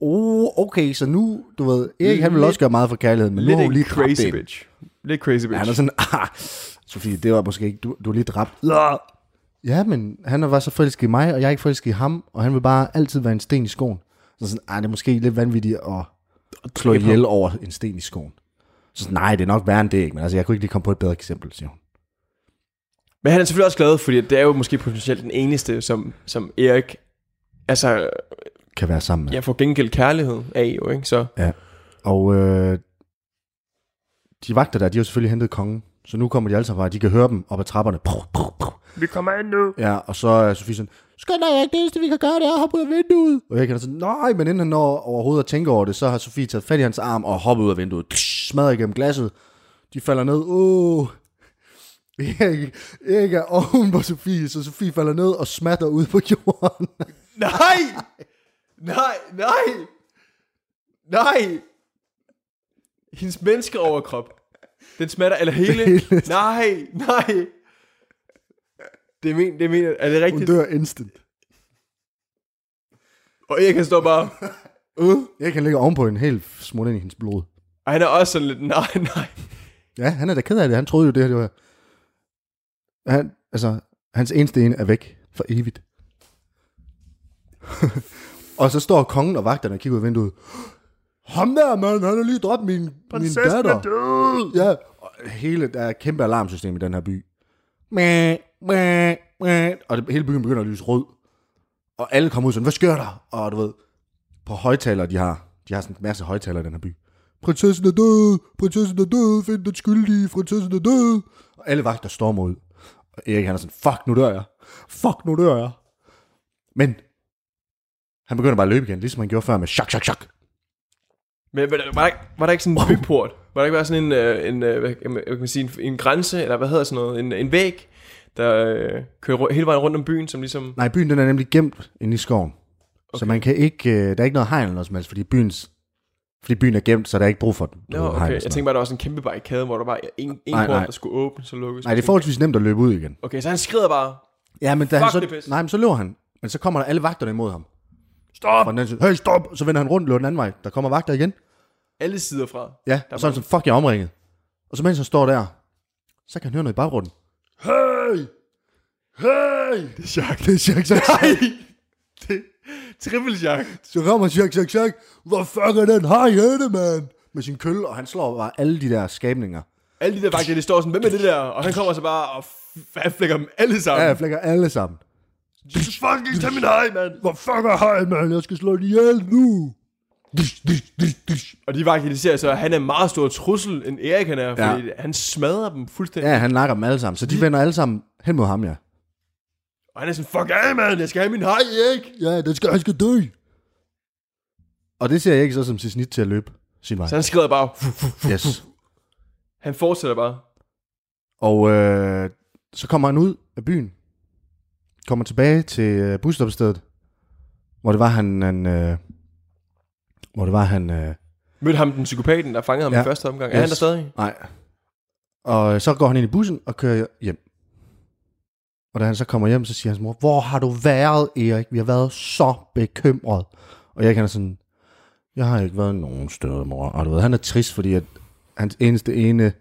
[SPEAKER 3] Oh, okay, så nu, du ved, Erik, han vil
[SPEAKER 2] Lidt-
[SPEAKER 3] også gøre meget for kærligheden, men nu
[SPEAKER 2] Lidt
[SPEAKER 3] har hun Ah,
[SPEAKER 2] en
[SPEAKER 3] lige dræbt
[SPEAKER 2] crazy
[SPEAKER 3] en.
[SPEAKER 2] bitch. Lidt crazy
[SPEAKER 3] Ja,
[SPEAKER 2] bitch.
[SPEAKER 3] han er sådan, ah, Sofie, det var måske ikke... Du, du er lige dræbt.
[SPEAKER 4] la,
[SPEAKER 3] Ja, men han var så forelsket i mig, og jeg er ikke forelsket i ham, og han vil bare altid være en sten i skoen. Så sådan, ej, det er måske lidt vanvittigt at slå ihjel over en sten i skoen. Så sådan, nej, det er nok værre end det, ikke? Men altså, jeg kunne ikke lige komme på et bedre eksempel, siger hun.
[SPEAKER 2] Men han er selvfølgelig også glad, fordi det er jo måske potentielt den eneste, som, som Erik altså,
[SPEAKER 3] Kan være sammen med.
[SPEAKER 2] jeg får gengæld kærlighed af jo, ikke? Så
[SPEAKER 3] Og øh, de vagter der, de har jo selvfølgelig hentet kongen. Så nu kommer de alle sammen bare, de kan høre dem op ad trapperne. Brr, brr, brr.
[SPEAKER 4] vi kommer ind nu.
[SPEAKER 3] Ja, og så er Sofie sådan, skynd dig, Erik, det eneste vi kan gøre, det er at hoppe ud af vinduet. Og jeg kan sådan, nej, men inden han når overhovedet at tænke over det, så har Sofie taget fat i hans arm og hoppet ud af vinduet. Tsh, Smadrer igennem glasset. De falder ned. Åh. Erik, Erik er oven på Sofie, så Sofie falder ned og smatter ud på jorden.
[SPEAKER 2] Nej! Nej, nej! Nej! Hendes menneskeoverkrop. Den smatter, eller hele. Nej, nej! Det er min, det er min, er det
[SPEAKER 3] Hun
[SPEAKER 2] rigtigt?
[SPEAKER 3] dør instant.
[SPEAKER 2] Og Erik han står bare, uh.
[SPEAKER 3] Erik han ligger ovenpå en helt smule ind i hendes blod.
[SPEAKER 2] Og han er også sådan lidt, nej, nej.
[SPEAKER 3] Ja, han er da ked af det. Han troede jo, det her det var... Han, altså, hans eneste ene er væk for evigt. og så står kongen og vagterne og kigger ud af vinduet. Ham der, mand, han har lige dræbt min, min
[SPEAKER 4] Prinsessen er
[SPEAKER 3] datter.
[SPEAKER 4] død.
[SPEAKER 3] Ja, og hele, der er et kæmpe alarmsystem i den her by. Mæh, mæh, mæh. Og det, hele byen begynder at lyse rød. Og alle kommer ud sådan, hvad sker der? Og du ved, på højtalere, de har, de har sådan en masse højtalere i den her by. Prinsessen er død, prinsessen er død, find den skyldige, prinsessen er død. Og alle vagter stormer ud. Og Erik han er sådan, fuck, nu dør jeg. Fuck, nu dør jeg. Men han begynder bare at løbe igen, ligesom han gjorde før med chak, chak, chak.
[SPEAKER 2] Men, men var, der, ikke- var der ikke sådan en byport? Var der ikke bare sådan en, øh, en øh, hvad, kan man- hvad kan man sige, en, en grænse, eller hvad hedder sådan noget, en, en væg, der øh, kører ru- hele vejen rundt om byen, som ligesom...
[SPEAKER 3] Nej, byen den er nemlig gemt inde i skoven. Okay. Så man kan ikke, øh, der er ikke noget hegn eller noget som helst, fordi, byens, fordi byen er gemt, så der er ikke brug for den.
[SPEAKER 2] Nå, okay. Jeg tænkte bare, der var sådan en kæmpe barrikade, hvor der var en, en
[SPEAKER 3] Nej,
[SPEAKER 2] port,
[SPEAKER 3] nej.
[SPEAKER 2] der skulle åbne, så lukkes.
[SPEAKER 3] Nej, det er forholdsvis nemt at løbe ud igen.
[SPEAKER 2] Okay, så han skrider bare.
[SPEAKER 3] Ja, men da
[SPEAKER 2] Fuck,
[SPEAKER 3] han så,
[SPEAKER 2] det er pis.
[SPEAKER 3] nej, men så løber han. Men så kommer der alle vagterne imod ham.
[SPEAKER 4] Stop.
[SPEAKER 3] Og den anden siger, hey, stop! Så vender han rundt og løber den anden vej. Der kommer vagter igen.
[SPEAKER 2] Alle sider fra.
[SPEAKER 3] Ja, og så er han sådan, fuck, jeg er omringet. Og så mens han står der, så kan han høre noget i baggrunden. Hey! Hey! Det er Jacques, det er Jacques, Jacques.
[SPEAKER 2] Trippeljack.
[SPEAKER 3] Så kommer Jack, Jack, Jack. Hvor fuck er den hej hætte, mand? Med sin køl, og han slår bare alle de der skabninger.
[SPEAKER 2] Alle de der vagter, de står sådan, hvem er det der? Og han kommer så bare og f- han flækker dem alle sammen.
[SPEAKER 3] Ja,
[SPEAKER 2] Ja.
[SPEAKER 3] jeg flækker alle sammen.
[SPEAKER 4] Jesus fucking tag min hej, mand.
[SPEAKER 3] Hvor fuck er hej, mand? Jeg skal slå dig ihjel nu. Dish, dish, dish, dish.
[SPEAKER 2] Og de vagter, de ser så, at han er en meget stor trussel, end Erik han er, fordi han smadrer dem fuldstændig. Ja.
[SPEAKER 3] Ja, han nakker dem alle sammen, så de vender alle sammen hen mod ham, ja.
[SPEAKER 2] Og han er sådan, fuck af, mand, jeg skal have min hej, Erik.
[SPEAKER 3] Ja, den skal, han skal dø. Og det ser jeg ikke så som sit snit til at løbe sin vej.
[SPEAKER 2] Så han skrider bare,
[SPEAKER 3] Yes.
[SPEAKER 2] han fortsætter bare.
[SPEAKER 3] Og øh, så kommer han ud af byen. Kommer tilbage til øh, busstopstedet. Hvor det var han... han øh, hvor det var han... Øh,
[SPEAKER 2] Mødte ham den psykopaten, der fangede ham ja.
[SPEAKER 3] Ja.
[SPEAKER 2] i første omgang. Yes. Er han der stadig?
[SPEAKER 3] Nej. Og så går han ind i bussen og kører hjem. Og da han så kommer hjem, så siger hans mor, hvor har du været, Erik? Vi har været så bekymret. Og Erik han er sådan, jeg har ikke været nogen steder, mor. Og du ved, han er trist, fordi at hans eneste ene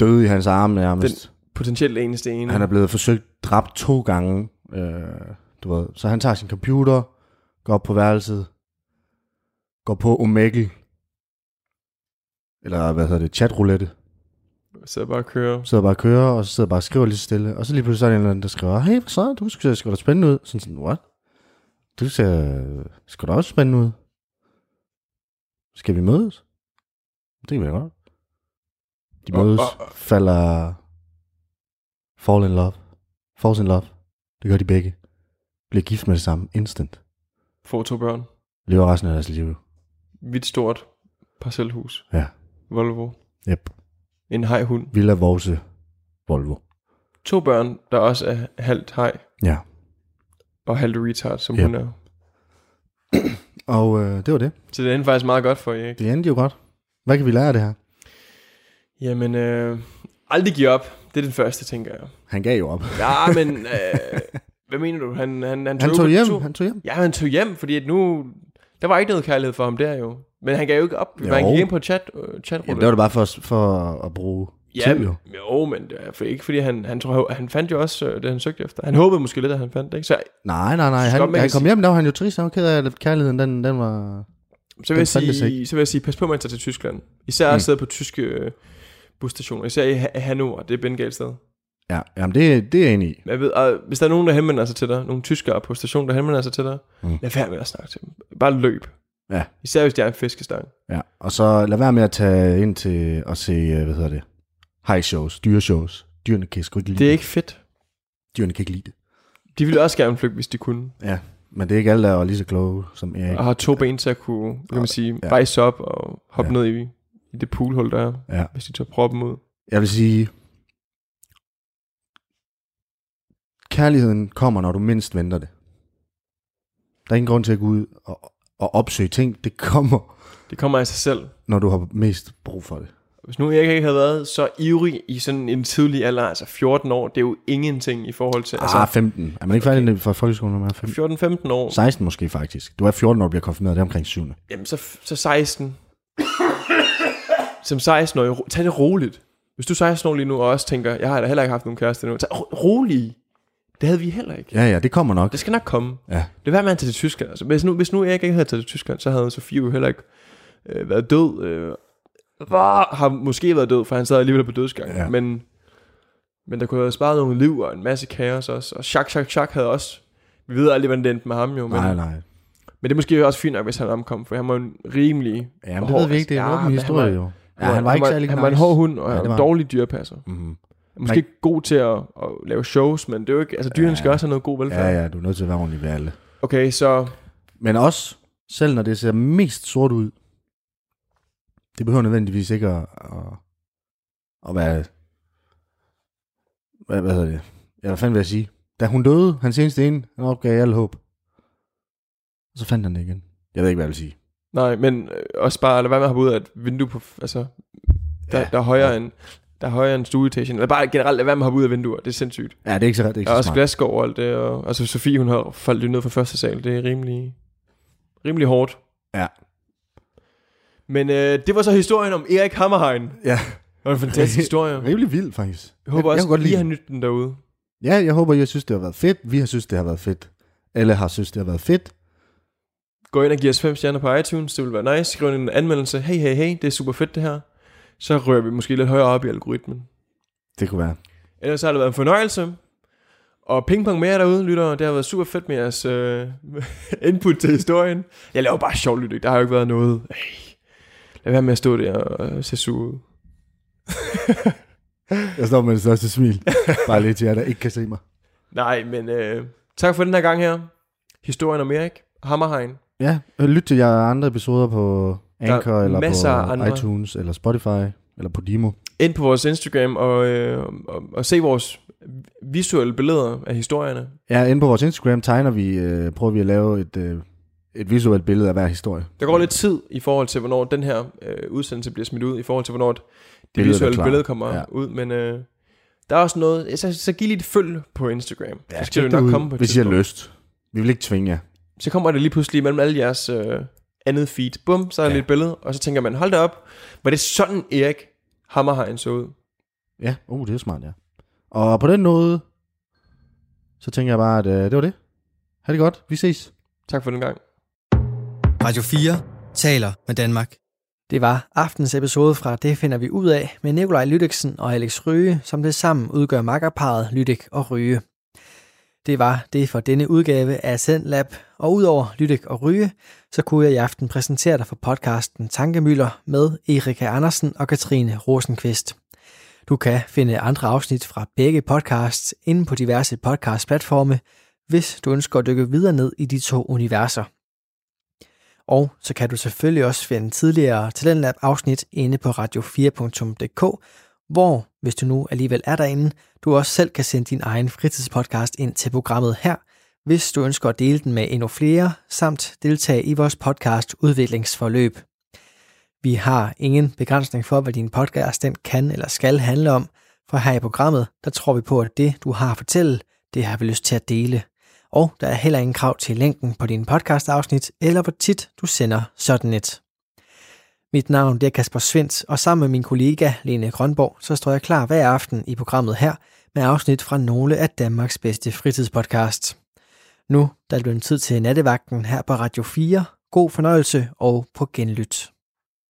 [SPEAKER 3] døde i hans arme nærmest.
[SPEAKER 2] Potentielt eneste ene.
[SPEAKER 3] Han er blevet forsøgt dræbt to gange. Øh, du ved. Så han tager sin computer, går op på værelset, går på Omegle, eller hvad hedder det, chatroulette,
[SPEAKER 2] Så bare kører.
[SPEAKER 3] sidder bare og kører, og så sidder bare og skriver lige så stille. Og så lige pludselig så er der en eller anden, der skriver, hey, hvad så? Du ser sgu da spændende ud. Sådan sådan, what? Du ser øh, sgu da også spændende ud. Skal vi mødes? Det kan vi da godt. De
[SPEAKER 2] Og-
[SPEAKER 3] mødes,
[SPEAKER 2] og- og-
[SPEAKER 3] falder, fall in love, falls in love. Det gør de begge. Bliver gift med det samme, instant.
[SPEAKER 2] Får to børn.
[SPEAKER 3] Lever resten af deres liv.
[SPEAKER 2] Vidt stort parcelhus.
[SPEAKER 3] Ja.
[SPEAKER 2] Volvo.
[SPEAKER 3] Yep.
[SPEAKER 2] En hejhund.
[SPEAKER 3] Villa Vorse, Volvo.
[SPEAKER 2] To børn, der også er halvt hej
[SPEAKER 3] Ja.
[SPEAKER 2] og halvt retard, som
[SPEAKER 3] Ja.
[SPEAKER 2] hun er.
[SPEAKER 3] Og øh, det var det.
[SPEAKER 2] Så det endte faktisk meget godt for Erik.
[SPEAKER 3] Det endte jo godt. Hvad kan vi lære af det her?
[SPEAKER 2] Jamen, øh, aldrig give op. Det er den første, tænker jeg.
[SPEAKER 3] Han gav jo op.
[SPEAKER 2] Ja, men øh, hvad mener du? Han, han, han,
[SPEAKER 3] Han
[SPEAKER 2] jo
[SPEAKER 3] tog
[SPEAKER 2] på
[SPEAKER 3] hjem,
[SPEAKER 2] tur.
[SPEAKER 3] han tog hjem.
[SPEAKER 2] Ja, han tog hjem, fordi at nu... Der var ikke noget kærlighed for ham der jo. Men han gav jo ikke op. Jo.
[SPEAKER 3] Jo.
[SPEAKER 2] Han gik ind på chat, øh, chatrullet.
[SPEAKER 3] Jamen, det var det bare for, for at bruge
[SPEAKER 2] Ja,
[SPEAKER 3] tid, jo.
[SPEAKER 2] jo, men det er for ikke fordi han, han, tror, han fandt jo også øh, det, han søgte efter. Han håbede måske lidt, at han fandt det. Ikke? Så,
[SPEAKER 3] Nej, nej, nej.
[SPEAKER 2] Stop
[SPEAKER 3] Han,
[SPEAKER 2] med
[SPEAKER 3] da han
[SPEAKER 2] at
[SPEAKER 3] kom
[SPEAKER 2] sige-
[SPEAKER 3] hjem, der var han jo trist. Han var ked af, at kærligheden, den, den var...
[SPEAKER 2] så, vil jeg
[SPEAKER 3] fandtes
[SPEAKER 2] sige, så vil jeg sige, pas på, man tager til Tyskland. Især mm. at sidde på tyske øh, busstationer. Især i Ha- Hannover, det er Bengals sted.
[SPEAKER 3] Ja, jamen det, det er jeg enig i.
[SPEAKER 2] Men jeg ved, og hvis der er nogen, der henvender sig til dig, nogle tyskere på stationen, der henvender sig til dig,
[SPEAKER 3] Mm.
[SPEAKER 2] mm. lad være med at snakke til dem. Bare løb.
[SPEAKER 3] Ja. Mm.
[SPEAKER 2] Især hvis de er en fiskestang.
[SPEAKER 3] Ja. Og så lad være med at tage ind til og se, øh, hvad hedder det, high shows, dyre shows. Dyrene kan sgu ikke lide
[SPEAKER 2] Det er ikke fedt.
[SPEAKER 3] Dyrene kan ikke lide det.
[SPEAKER 2] De ville også gerne flygte, hvis de kunne.
[SPEAKER 3] Ja, men det er ikke alle, der er lige så kloge som Erik.
[SPEAKER 2] Og har to ben til at kunne, kan man sige,
[SPEAKER 3] Ja.
[SPEAKER 2] rejse op og hoppe
[SPEAKER 3] Ja.
[SPEAKER 2] ned i, i det poolhul, der er,
[SPEAKER 3] Ja.
[SPEAKER 2] hvis de tør proppen ud.
[SPEAKER 3] Jeg vil sige, kærligheden kommer, når du mindst venter det. Der er ingen grund til at gå ud og, og opsøge ting. Det kommer,
[SPEAKER 2] Det kommer af sig selv.
[SPEAKER 3] når du har mest brug for det.
[SPEAKER 2] Hvis nu jeg ikke havde været så ivrig i sådan en tidlig alder, altså 14 år, det er jo ingenting i forhold til,
[SPEAKER 3] Altså, ah,
[SPEAKER 2] altså
[SPEAKER 3] 15. Er man ikke færdig fra folkeskolen, når man er 15?
[SPEAKER 2] 14-15 år,
[SPEAKER 3] 16 måske faktisk. Du er 14, når du bliver konfirmeret. Det er omkring 7.
[SPEAKER 2] jamen så, så 16. Som 16 år, tag det roligt. Hvis du er 16 år lige nu og også tænker, jeg har da heller ikke haft nogen kæreste endnu, så ro- rolig. Det havde vi heller ikke.
[SPEAKER 3] Ja, ja, det kommer nok.
[SPEAKER 2] Det skal nok komme.
[SPEAKER 3] Ja.
[SPEAKER 2] Det var man til Tyskland. Altså, hvis, nu, hvis nu Erik ikke havde taget til Tyskland, så havde Sofie jo heller ikke øh, været død. Øh, var, har måske været død, for han sad alligevel på dødsgang.
[SPEAKER 3] Ja.
[SPEAKER 2] Ja. Men, men der kunne have været sparet nogle liv og en masse kaos også. Og Jacques, Jacques, Jacques havde også... Vi ved aldrig, hvordan det endte med ham jo. Men,
[SPEAKER 3] Nej, nej.
[SPEAKER 2] men det er måske også fint nok, hvis han omkom, for han var en rimelig...
[SPEAKER 3] Ja, men det
[SPEAKER 2] hård-
[SPEAKER 3] ved vi ikke. Det er
[SPEAKER 2] Ja,
[SPEAKER 3] en åben
[SPEAKER 2] men han
[SPEAKER 3] historie,
[SPEAKER 2] var-
[SPEAKER 3] jo. Ja, han var ikke særlig
[SPEAKER 2] Han var en hård hund og
[SPEAKER 3] Ja,
[SPEAKER 2] ja,
[SPEAKER 3] det var
[SPEAKER 2] en
[SPEAKER 3] han.
[SPEAKER 2] dårlig dyrepasser.
[SPEAKER 3] Mm-hmm.
[SPEAKER 2] Måske ikke god til at, at, lave shows, men det er jo ikke... Altså, dyrene
[SPEAKER 3] Ja.
[SPEAKER 2] skal også have noget god velfærd.
[SPEAKER 3] Ja, ja, du er nødt til at være ordentlig ved alle.
[SPEAKER 2] Okay, så...
[SPEAKER 3] Men også, selv når det ser mest sort ud, det behøver nødvendigvis ikke at, at, at være... Hvad, hvad hedder det? Ja, hvad fanden vil jeg sige? Da hun døde, hans eneste ene, han opgav alle håb. Og så fandt han det igen. Jeg ved ikke, hvad jeg vil sige.
[SPEAKER 2] Nej, men øh, også bare lad være med at hoppe ud af et vindue på, f- altså, der,
[SPEAKER 3] Ja,
[SPEAKER 2] ja, der er højere ja. end, der er højere end stueetagen. Eller bare generelt lad være med at hoppe ud af vinduer, det er sindssygt.
[SPEAKER 3] Ja, det er ikke så, det er ikke
[SPEAKER 2] Der er
[SPEAKER 3] så
[SPEAKER 2] også
[SPEAKER 3] smart.
[SPEAKER 2] glasgård og alt det, og altså Sofie, hun har faldet jo ned fra første sal, det er rimelig, rimelig hårdt.
[SPEAKER 3] Ja.
[SPEAKER 2] Men øh, det var så historien om Erik Hammerheim.
[SPEAKER 3] Ja,
[SPEAKER 2] Det var en fantastisk historie.
[SPEAKER 3] rimelig vild faktisk.
[SPEAKER 2] Jeg håber
[SPEAKER 3] jeg,
[SPEAKER 2] også,
[SPEAKER 3] jeg kunne godt
[SPEAKER 2] I
[SPEAKER 3] lide
[SPEAKER 2] har nydt den derude.
[SPEAKER 3] Ja, jeg håber, I har synes, det har været fedt. Vi har synes, det har været fedt. Alle har synes, det har været fedt.
[SPEAKER 2] Gå ind og giv os fem stjerner på iTunes, det vil være nice. Skriv en anmeldelse, hey, hey, hey, det er super fedt det her. Så rører vi måske lidt højere op i algoritmen.
[SPEAKER 3] Det kunne være.
[SPEAKER 2] Ellers har det været en fornøjelse. Og pingpong med jer derude, lytter. Det har været super fedt med jeres øh, input til historien. Jeg laver bare sjov lytte. Der har jo ikke været noget. Ej. Lad være med at stå der og øh, se sur ud.
[SPEAKER 3] Jeg står med det største smil. Bare lige til jer, der ikke kan se mig.
[SPEAKER 2] Nej, men øh, tak for den her gang her. Historien om Erik. Hammerhegn.
[SPEAKER 3] Ja, øh, lyt til jer andre episoder på
[SPEAKER 2] Der er
[SPEAKER 3] Anchor, eller
[SPEAKER 2] masser af
[SPEAKER 3] på
[SPEAKER 2] andre.
[SPEAKER 3] iTunes, eller Spotify, eller på Demo.
[SPEAKER 2] Ind på vores Instagram og, øh, og, og se vores visuelle billeder af historierne.
[SPEAKER 3] Ja, inde på vores Instagram tegner vi, øh, prøver vi at lave et, øh, et visuelt billede af hver historie.
[SPEAKER 2] Der går lidt tid i forhold til, hvornår den her øh, udsendelse bliver smidt ud, i forhold til, hvornår det
[SPEAKER 3] Billedet er
[SPEAKER 2] visuelle
[SPEAKER 3] klar.
[SPEAKER 2] billede kommer
[SPEAKER 3] Ja.
[SPEAKER 2] ja. ud, men øh, der er også noget, så, så giv lige et følg på Instagram, ja, så skal
[SPEAKER 3] tjek
[SPEAKER 2] det nok
[SPEAKER 3] ud,
[SPEAKER 2] komme på et
[SPEAKER 3] Hvis I har
[SPEAKER 2] tidspunkt.
[SPEAKER 3] lyst. Vi vil ikke tvinge jer.
[SPEAKER 2] Så kommer det lige pludselig mellem alle jeres øh, andet feed, bum, så er der
[SPEAKER 3] Ja.
[SPEAKER 2] ja. lidt billede, og så tænker man, hold da op, var det sådan Erik Hammerhegn så ud?
[SPEAKER 3] Ja, uh, det er smart, ja. Og på den måde, så tænker jeg bare, at øh, det var det. Ha' det godt. Vi ses.
[SPEAKER 2] Tak for den gang.
[SPEAKER 1] Radio 4 taler med Danmark. Det var aftens episode fra Det finder vi ud af med Nikolaj Lydiksen og Alex Røge, som det sammen udgør makkerparet Lydik og Røge. Det var det for denne udgave af Sendlab, og udover Lydik og Ryge, så kunne jeg i aften præsentere dig for podcasten Tankemøller med Erika Andersen og Katrine Rosenqvist. Du kan finde andre afsnit fra begge podcasts inde på diverse podcastplatforme, hvis du ønsker at dykke videre ned i de to universer. Og så kan du selvfølgelig også finde tidligere Talentlab-afsnit inde på radio4.dk, hvor, hvis du nu alligevel er derinde, du også selv kan sende din egen fritidspodcast ind til programmet her, hvis du ønsker at dele den med endnu flere, samt deltage i vores podcast udviklingsforløb. Vi har ingen begrænsning for, hvad din podcast den kan eller skal handle om, for her i programmet, der tror vi på, at det, du har at fortælle, det har vi lyst til at dele. Og der er heller ingen krav til længden på din podcast-afsnit, eller hvor tit du sender sådan et. Mit navn det er Kasper Svendt, og sammen med min kollega Lene Grønborg, så står jeg klar hver aften i programmet her med afsnit fra nogle af Danmarks bedste fritidspodcasts. Nu der er det blevet tid til nattevagten her på Radio 4. God fornøjelse og på genlyt.